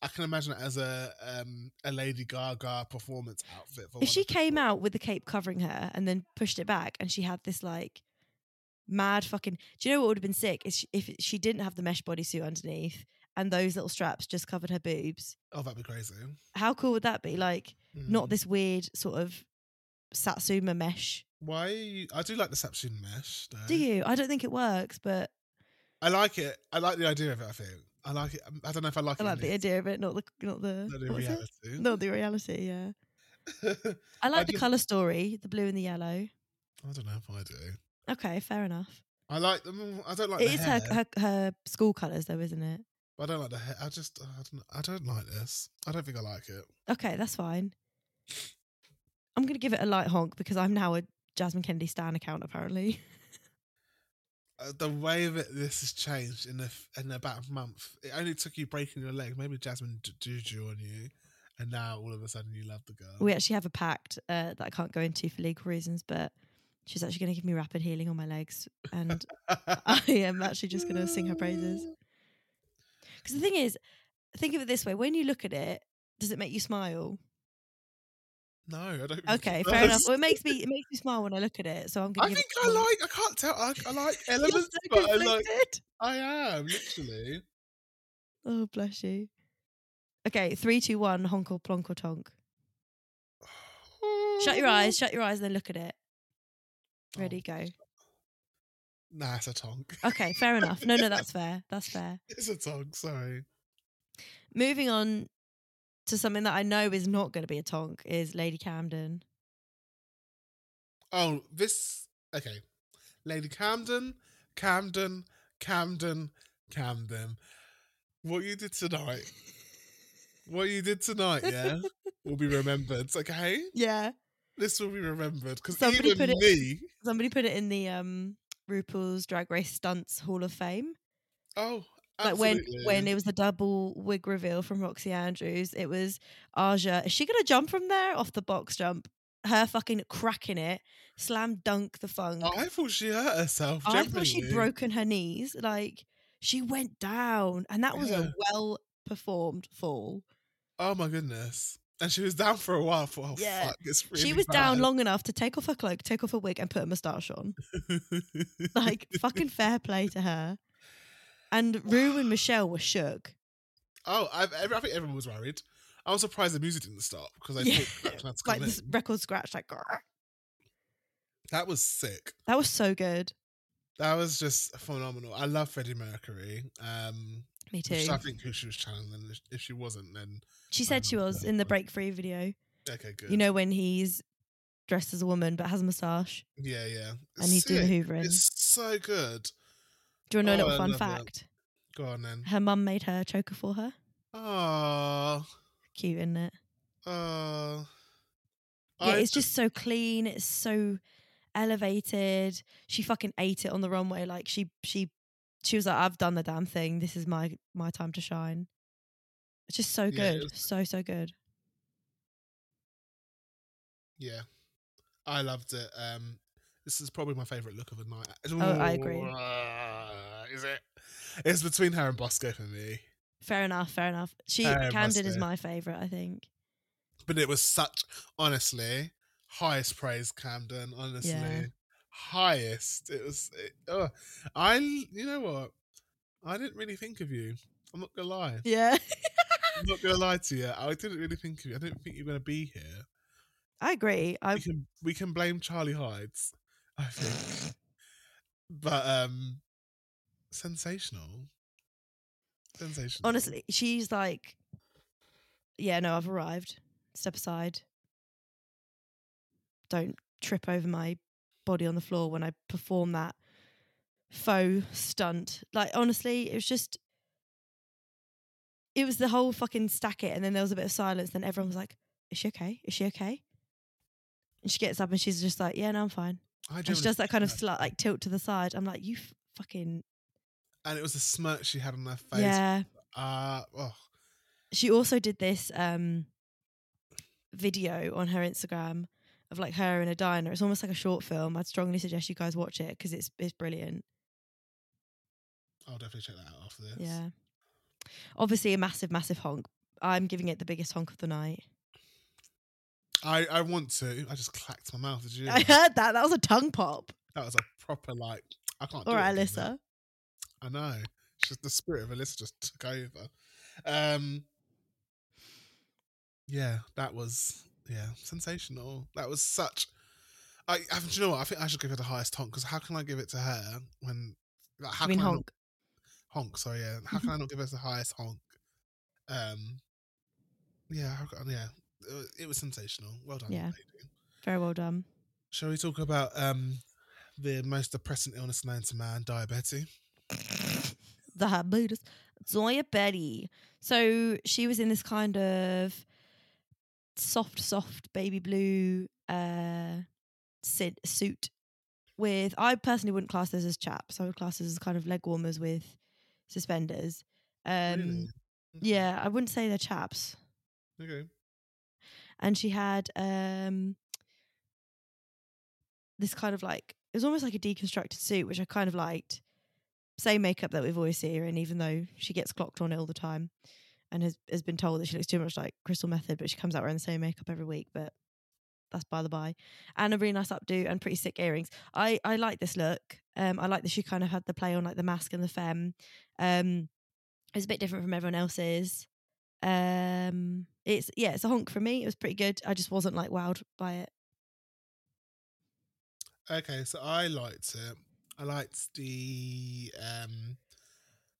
S1: I can imagine it as a um a Lady Gaga performance outfit. For
S2: if
S1: one
S2: she
S1: of the-
S2: came out with the cape covering her and then pushed it back and she had this like mad fucking do you know what would have been sick is she, if she didn't have the mesh bodysuit underneath and those little straps just covered her boobs
S1: oh that'd be crazy.
S2: how cool would that be like not
S1: Mm.
S2: this weird sort of satsuma mesh
S1: Why? are you- I do like the Satsuma mesh. Though.
S2: do you i don't think it works but
S1: I like it. I like the idea of it. I think I like it. I don't know if I like
S2: i
S1: it.
S2: like
S1: in
S2: the idea of it not the not the,
S1: Not in
S2: what was it?
S1: reality.
S2: not the reality yeah i
S1: I
S2: like the
S1: just-
S2: color story the blue and the yellow
S1: I don't know if I do.
S2: okay fair enough
S1: I like them. I don't like
S2: it
S1: the
S2: is
S1: hair.
S2: her, her her school colors though isn't it
S1: but I don't like the hair. I just I don't, I don't like this. I don't think I like it.
S2: Okay, that's fine. I'm going to give it a light honk because I'm now a Jasmine Kennedy Stan account, apparently.
S1: Uh, the way that this has changed in the f- in about a month, it only took you breaking your leg. Maybe Jasmine d- juju on you, and now all of a sudden you love the girl.
S2: we actually have a pact uh, that I can't go into for legal reasons, but she's actually going to give me rapid healing on my legs. And I am actually just going to sing her praises. Because the thing is, think of it this way when you look at it, does it make you smile?
S1: No, I don't. think
S2: Okay,
S1: it
S2: fair enough.
S1: does.
S2: Well, it makes me it makes me smile when I look at it. So I'm
S1: I
S2: going to.
S1: think I like. I can't tell. I, I like elements, but I like. I am literally.
S2: Oh, bless you. Okay, three, two, one. Honk or plonk or tonk. Shut your eyes, shut your eyes, then look at it.
S1: Oh,
S2: Ready, go.
S1: Nah, it's a tongue.
S2: Okay, fair enough. No, no, that's fair. That's fair.
S1: It's a tongue. Sorry.
S2: Moving on to something that I know is not going to be a tonk is Lady Camden.
S1: Oh, this okay. Lady Camden, Camden, Camden, Camden. What you did tonight, what you did tonight, yeah, will be remembered. Okay,
S2: Yeah.
S1: this will be remembered because
S2: Somebody
S1: even
S2: put it-
S1: me.
S2: Somebody put it in the um RuPaul's Drag Race Stunts Hall of Fame.
S1: Oh,
S2: Like
S1: absolutely.
S2: when when it was the double wig reveal from Roxy Andrews, it was Aja. Is she gonna jump from there off the box jump? Her fucking cracking it, slam dunk the funk.
S1: I thought she hurt herself.
S2: I thought she'd
S1: genuinely.
S2: broken her knees. Like she went down, and that was
S1: Yeah.
S2: a well performed fall.
S1: Oh my goodness. And she was down for a while. I thought, oh,
S2: Yeah.
S1: fuck, it's really
S2: she was down
S1: bad.
S2: long enough to take off her cloak, take off her wig, and put a moustache on. Like fucking fair play to her. And Rue and Michelle were shook.
S1: oh, I've, I think everyone was worried. I was surprised the music didn't stop because I
S2: Yeah.
S1: thought that had to come
S2: Like this
S1: in.
S2: record scratch, like grrr.
S1: That was sick.
S2: that was so good.
S1: That was just phenomenal. I love Freddie Mercury. Um,
S2: Me too.
S1: which I think who she was channeling. If- If she wasn't, then
S2: She said she was in the Break Free video.
S1: okay, good.
S2: You know when he's dressed as a woman but has a moustache
S1: yeah, yeah.
S2: and he's doing
S1: Sick.
S2: the hoovering.
S1: It's so good.
S2: Do you want to know
S1: Oh,
S2: a
S1: I
S2: little fun
S1: love that.
S2: fact?
S1: Go on then.
S2: Her mum made her a choker for her.
S1: Oh,
S2: Cute, isn't it?
S1: oh.
S2: Yeah, it's just so clean. It's so elevated. She fucking ate it on the runway. Like she, she, she was like, "I've done the damn thing. This is my my time to shine." It's just so
S1: Yeah, it
S2: good,
S1: was-
S2: so so good.
S1: yeah. I loved it. Um, this is probably my favorite look of the night.
S2: Oh, I agree.
S1: Ooh, Is it? It's between her and Bosco for me.
S2: Fair enough, fair enough. She
S1: Fair,
S2: Camden is
S1: Buster.
S2: my favorite, I think.
S1: But it was such, honestly, highest praise, Camden. Honestly,
S2: Yeah.
S1: highest. It was. It, oh, I. You know what? I didn't really think of you. I'm not gonna lie.
S2: Yeah,
S1: I'm not gonna lie to you. I didn't really think of you. I didn't think you were gonna be here.
S2: I agree. I
S1: We can we can blame Charlie Hides. I think. but um, sensational. Sensational.
S2: honestly, she's like, yeah, no, I've arrived. Step aside. Don't trip over my body on the floor when I perform that faux stunt. Like, honestly, it was just, it was the whole fucking stack it. And then there was a bit of silence. Then everyone was like, is she okay? Is she okay? And she gets up and she's just like, yeah, no, I'm fine.
S1: I
S2: And she does that kind of
S1: yeah.
S2: slut, like tilt to the side. I'm like, you f- fucking
S1: and it was the smirk she had on her face.
S2: yeah.
S1: Uh, oh,
S2: She also did this um video on her Instagram of like her in a diner. It's almost like a short film. I'd strongly suggest you guys watch it because it's it's brilliant.
S1: I'll definitely check that out after this.
S2: Yeah. Obviously, a massive, massive honk. I'm giving it the biggest honk of the night.
S1: I, I want to. I just clacked my mouth. Did you? hear
S2: I
S1: that?
S2: heard that. That was a tongue pop.
S1: That was a proper like. I can't. do
S2: All right,
S1: it again now.
S2: Alyssa.
S1: I know. It's Just the spirit of Alyssa just took over. Um. Yeah, that was yeah sensational. That was such. I, I do you know what? I think I should give her the highest honk because how can I give it to her when? Like, how
S2: I mean,
S1: can I not-
S2: honk.
S1: honk. Sorry, yeah. How can I not give us the highest honk? Um, yeah, how can, yeah. It wa- It was sensational. Well done,
S2: Yeah.
S1: lady.
S2: Very well done.
S1: Shall we talk about um the most depressing illness known to man, diabetes?
S2: diabetes. Zoya Betty. So she was in this kind of soft, soft baby blue uh, sit- suit with, I personally wouldn't class those as chaps. I would class those as kind of leg warmers with suspenders. Um,
S1: Really? Okay,
S2: Yeah, I wouldn't say they're chaps.
S1: Okay.
S2: and she had um this kind of like it was almost like a deconstructed suit which i kind of liked same makeup that we've always seen her in even though she gets clocked on it all the time and has, has been told that she looks too much like crystal method but she comes out wearing the same makeup every week but that's by the by and a really nice updo and pretty sick earrings i i like this look um i like that she kind of had the play on like the mask and the femme um it's a bit different from everyone else's um, it's yeah, it's a honk for me. It was pretty good. I just wasn't like wowed by it.
S1: Okay, so I liked it. I liked the um.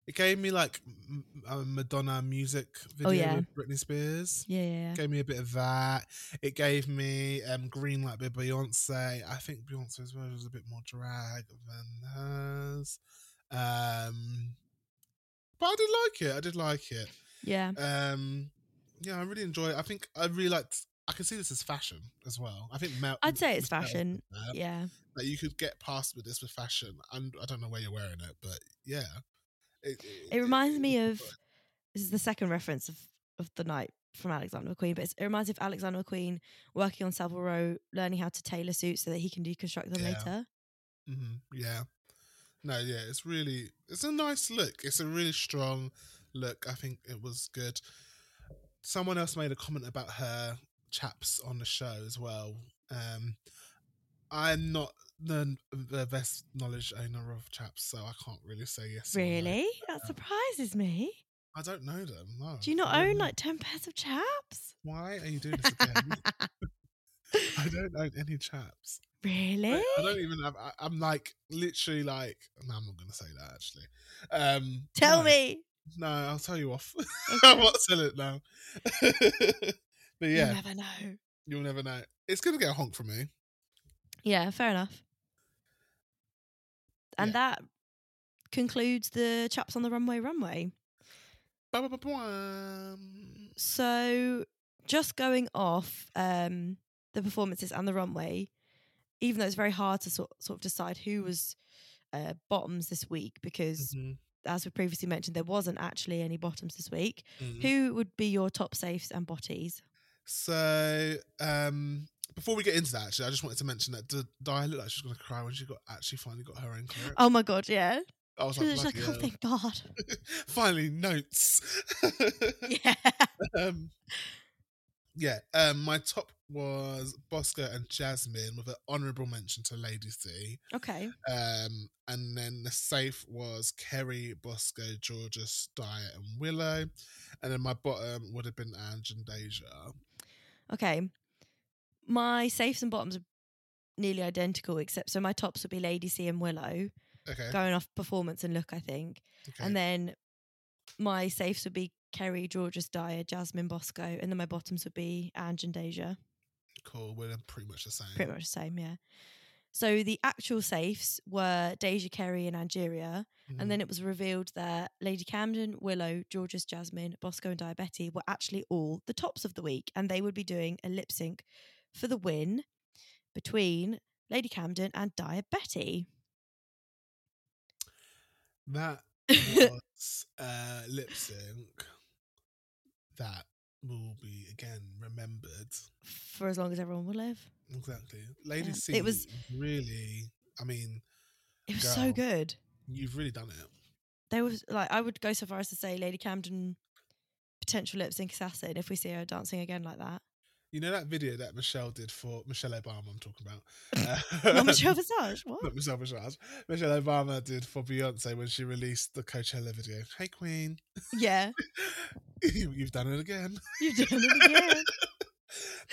S1: It gave me like m- a Madonna music video
S2: Oh, yeah.
S1: with Britney Spears.
S2: Yeah, yeah, yeah.
S1: gave me a bit of that. It gave me um, Green Light by Beyonce. I think Beyonce's version was a bit more drag than hers. Um, but I did like it. I did like it.
S2: yeah.
S1: Um, yeah, I really enjoyed it. I think I really liked. I can see this as fashion as well. I think Mel.
S2: I'd say it's
S1: Mel did
S2: fashion.
S1: that,
S2: Yeah,
S1: That you could get past with this with fashion, and I don't know where you're wearing it, but yeah. It,
S2: it reminds me
S1: it-
S2: of this is the second reference of of the night from Alexander McQueen, but it's, it reminds me of Alexander McQueen working on Savile Row, learning how to tailor suits so that he can deconstruct them
S1: Yeah.
S2: later.
S1: hmm yeah. No, yeah, it's really it's a nice look. It's a really strong look. I think it was good. Someone else made a comment about her chaps on the show as well. Um I'm not the, the best knowledge owner of chaps, so I can't really say yes. or no.
S2: Really, that surprises me.
S1: I don't know them. No.
S2: Do you not
S1: I don't
S2: own
S1: know.
S2: like ten pairs of chaps?
S1: Why are you doing this again? I don't own any chaps.
S2: really?
S1: I, I
S2: Eh?
S1: don't even have. I, I'm like literally like. No, I'm not going to say that actually. Um,
S2: Tell
S1: no.
S2: me.
S1: No, I'll tell you off. I'm
S2: Okay.
S1: not telling it now. but
S2: You
S1: yeah,
S2: never know.
S1: you'll never know. It's gonna get a honk from me.
S2: Yeah, fair enough. And
S1: Yeah.
S2: that concludes the chaps on the runway runway.
S1: Ba-ba-ba-bwam.
S2: So just going off um the performances and the runway, even though it's very hard to sort sort of decide who was uh, bottoms this week because
S1: Mhm.
S2: as we previously mentioned there wasn't actually any bottoms this week.
S1: Mhm.
S2: Who would be your top safes and botties?
S1: So, um, before we get into that, actually, I just wanted to mention that D- Di looked like she was gonna cry when she got actually finally got her own career.
S2: Oh my god, yeah.
S1: I was
S2: She
S1: like,
S2: was like, oh
S1: "Bloody
S2: thank God.
S1: hell." finally notes.
S2: yeah.
S1: um, yeah, um, my top was Bosco and Jasmine with an honourable mention to Lady C.
S2: Okay.
S1: Um, and then the safe was Kerry, Bosco, Georges, Dyer, and Willow. And then my bottom would have been Ange and Deja.
S2: Okay. My safes and bottoms are nearly identical, except so my tops would be Lady C and Willow,
S1: Okay.
S2: going off performance and look, I think.
S1: okay.
S2: And then my safes would be Kerry, Georges Dyer, Jasmine Bosco, and then my bottoms would be Ange and Deja.
S1: cool. We're pretty much the same.
S2: Pretty much the same, yeah. So the actual safes were Deja, Kerry, and Angeria. And
S1: Mm.
S2: then it was revealed that Lady Camden, Willow, Georges Jasmine, Bosco, and Diabetti were actually all the tops of the week, and they would be doing a lip sync for the win. between Lady Camden and Diabetti.
S1: Mm-hmm. That was uh, lip sync that will be again remembered.
S2: For as long as everyone will live.
S1: Exactly. Lady
S2: Yeah.
S1: C
S2: It was-
S1: really I mean,
S2: It was
S1: Girl.
S2: so good.
S1: you've really done it.
S2: There was like I would go so far as to say Lady Camden potential lip sync assassin if we see her dancing again like that.
S1: You know that video that Michelle did for Michelle Obama I'm talking about.
S2: Not
S1: Uh,
S2: Michelle Visage. What?
S1: Not Michelle Visage. Michelle Obama did for Beyonce when she released the Coachella video. Hey Queen.
S2: yeah,
S1: You- You've done it again.
S2: you've done it again.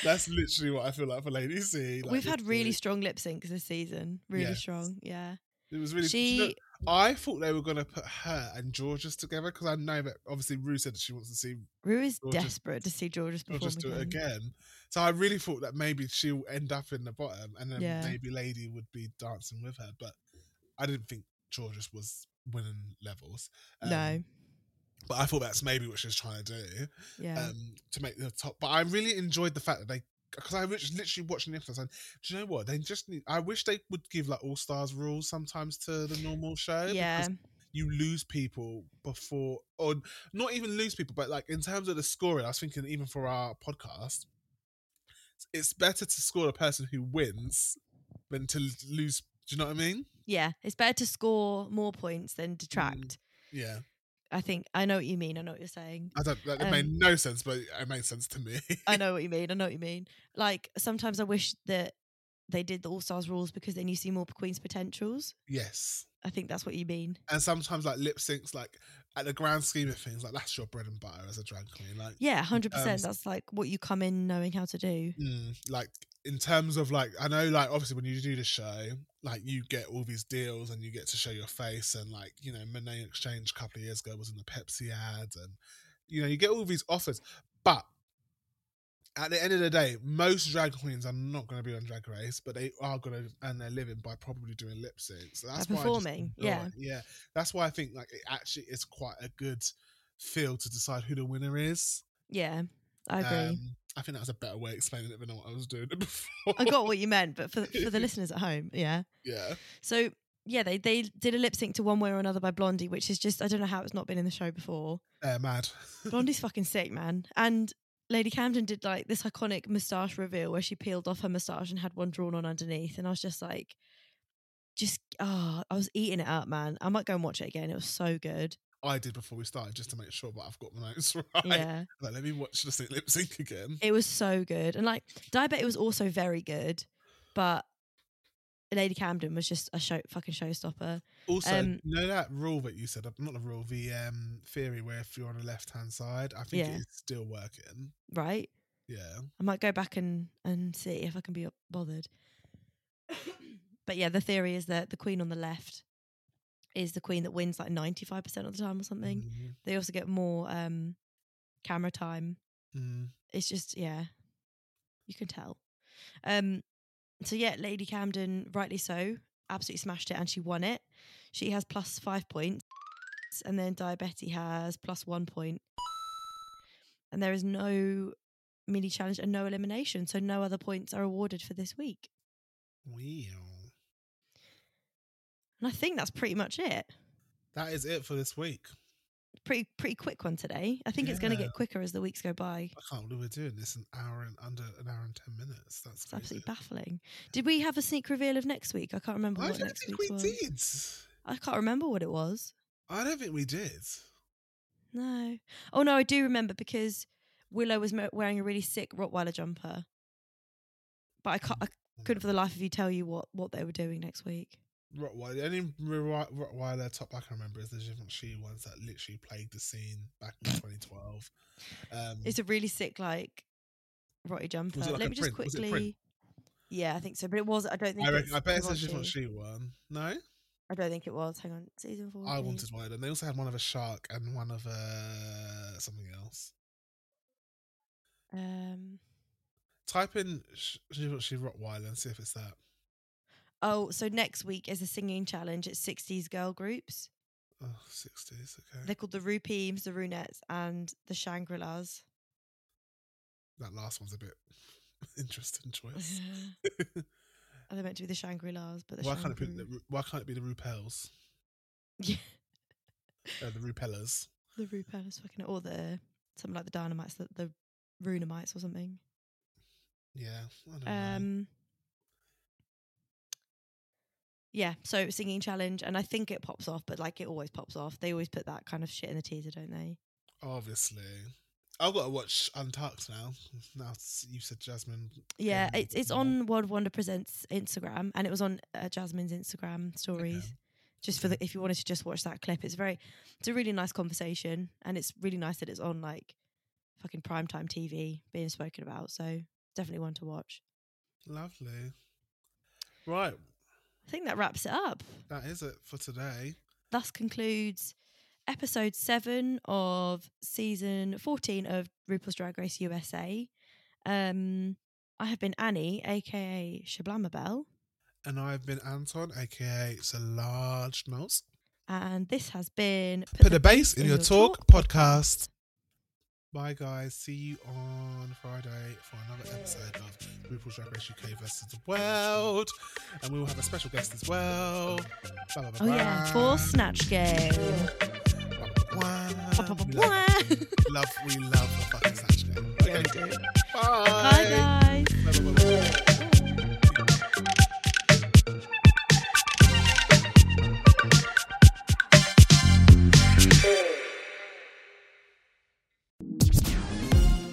S1: That's literally what I feel like for Lady C. Like,
S2: We've had
S1: it's
S2: really
S1: really-
S2: strong lip syncs this season. Really
S1: Yes.
S2: strong. Yeah.
S1: It was really. do you
S2: she
S1: know- I thought they were going to put her and Georges together because I know that obviously Rue said that she wants to see
S2: Rue is
S1: Georges-
S2: desperate to see Georges perform
S1: Georges do
S2: again.
S1: it again. So I really thought that maybe she'll end up in the bottom and then
S2: Yeah.
S1: maybe Lady would be dancing with her. But I didn't think Georges was winning levels. Um,
S2: no.
S1: But I thought that's maybe what she was trying to do.
S2: Yeah.
S1: um, to make the top. But I really enjoyed the fact that they, because I was literally watching the episode. And, do you know what? They just need. I wish they would give like all stars rules sometimes to the normal show.
S2: yeah.
S1: because you lose people before, or not even lose people, but like in terms of the scoring, I was thinking even for our podcast, it's better to score the person who wins than to lose. Do you know what I mean?
S2: Yeah. It's better to score more points
S1: Mm.
S2: than detract.
S1: Yeah,
S2: I think I know what you mean. I know what you're saying.
S1: I don't. That, that made
S2: Um,
S1: no sense, but it made sense to me.
S2: I know what you mean. I know what you mean. Like sometimes I wish that they did the All Stars rules because then you see more Queen's potentials.
S1: yes.
S2: I think that's what you mean.
S1: and sometimes like lip syncs like at the grand scheme of things like that's your bread and butter as a drag queen like
S2: Yeah, hundred
S1: Um,
S2: percent. That's like what you come in knowing how to do.
S1: mm, like in terms of like i know like obviously when you do the show like you get all these deals and you get to show your face and like you know monet exchange a couple of years ago was in the pepsi ad and you know you get all these offers but at the end of the day, most drag queens are not going to be on Drag Race, but they are going to earn their living by probably doing lip syncs. So that's
S2: By
S1: why I just
S2: performing,
S1: enjoy
S2: yeah.
S1: it. yeah. That's why I think like it actually is quite a good field to decide who the winner is.
S2: Yeah, I agree.
S1: Um, I think that was a better way of explaining it than what I was doing it before.
S2: I got what you meant, but for the, for the listeners at home, yeah.
S1: yeah,
S2: So yeah, they they did a lip sync to One Way or Another by Blondie, which is just I don't know how it's not been in the show before.
S1: uh, mad.
S2: Blondie's fucking sick, man. And Lady Camden did like this iconic moustache reveal where she peeled off her moustache and had one drawn on underneath, and I was just like, just ah, I was eating it up, man. I might go and watch it again. It was so good.
S1: I did before we started just to make sure that I've got my notes right.
S2: Yeah,
S1: Like, let me watch the lip sync again.
S2: it was so good. And like Diabetic was also very good, but Lady Camden was just a show fucking showstopper.
S1: Also,
S2: Um,
S1: you know that rule that you said, uh, not the rule, the um, theory where if you're on the left hand side, I think
S2: Yeah.
S1: it's still working.
S2: Right?
S1: Yeah.
S2: I might go back and and see if I can be bothered. but yeah, the theory is that the queen on the left is the queen that wins like ninety five percent of the time or something.
S1: Mm,
S2: They also get more um camera time.
S1: mm.
S2: It's just yeah, you can tell. Um, so yeah, Lady Camden, rightly so, absolutely smashed it and she won it. She has plus five points, and then Diabetti has plus one point. And there is no mini challenge and no elimination, so no other points are awarded for this week.
S1: Wow.
S2: And I think that's pretty much it.
S1: That is it for this week.
S2: Pretty pretty quick one today. I think it's going to
S1: Yeah.
S2: get quicker as the weeks go by.
S1: I can't believe we're doing this an hour and under an hour and ten minutes. That's
S2: It's
S1: crazy.
S2: absolutely baffling. Did we have a sneak reveal of next week? I can't remember
S1: I
S2: what
S1: don't
S2: next
S1: think
S2: week's
S1: we
S2: was.
S1: did.
S2: I can't remember what it was.
S1: I don't think we did.
S2: No. Oh no, I do remember because Willow was me- wearing a really sick Rottweiler jumper, but I can't. I couldn't for the life of you tell you what what they were doing next week.
S1: Rottweiler. The only Rottwe- Rottweiler top I can remember is the Givenchy ones that literally plagued the scene back in 2012. Um,
S2: It's a really sick like rotty jumper.
S1: like
S2: Let
S1: a
S2: me just
S1: print? Was it a
S2: quickly.
S1: print?
S2: Yeah, I think so, but it was. I don't think.
S1: I, reckon,
S2: it's
S1: I bet it's the
S2: Givenchy.
S1: Givenchy one. No,
S2: I don't think it was. Hang on, season four.
S1: I wanted one, of them. they also had one of a shark and one of a something else.
S2: Um.
S1: Type in Sh- Givenchy Rottweiler and see if it's that.
S2: Oh, so next week is a singing challenge. It's sixties girl groups.
S1: Oh, 60s. Okay,
S2: They're called the Rupeams, the Runettes, and the Shangri Las.
S1: that last one's a bit interesting choice.
S2: Are they meant to be the Shangri Las? But the
S1: Why can't it be
S2: Shangri-
S1: the, Ru- why can't it be the Rupels?
S2: Yeah.
S1: Uh, the Rupellers.
S2: the Rupert is fucking or the something like the Dynamites, the, the Runamites or something.
S1: Yeah. I don't know.
S2: Um, yeah, so singing challenge, and I think it pops off, but like it always pops off. They always put that kind of shit in the teaser, don't they?
S1: Obviously. I've got to watch Untucked now. Now s- you said Jasmine.
S2: Yeah,
S1: Um,
S2: it's it's
S1: yeah.
S2: on World Wonder Presents Instagram, and it was on uh, Jasmine's Instagram stories. Just for the, if you wanted to just watch that clip, it's very, it's a really nice conversation, and it's really nice that it's on like fucking primetime TV being spoken about. So definitely one to watch.
S1: Lovely. Right.
S2: I think that wraps it up.
S1: That is it for today.
S2: Thus concludes episode seven of season 14 of RuPaul's Drag Race USA. Um, I have been Annie, aka Shablamabel,
S1: And I've been Anton, aka It's a Large Mouse.
S2: and this has been
S1: Put the bass in your talk podcast. Bye, guys. See you on Friday for another episode of RuPaul's Drag Race UK versus the World. And we will have a special guest as well. Blah, blah, blah,
S2: Oh yeah, for Snatch Game.
S1: blah, blah, blah,
S2: Blah,
S1: We
S2: blah,
S1: love-
S2: blah.
S1: we love, we love the fucking Snatch Game. Okay,
S2: Bye
S1: bye.
S2: guys.
S1: Blah, blah, blah, blah.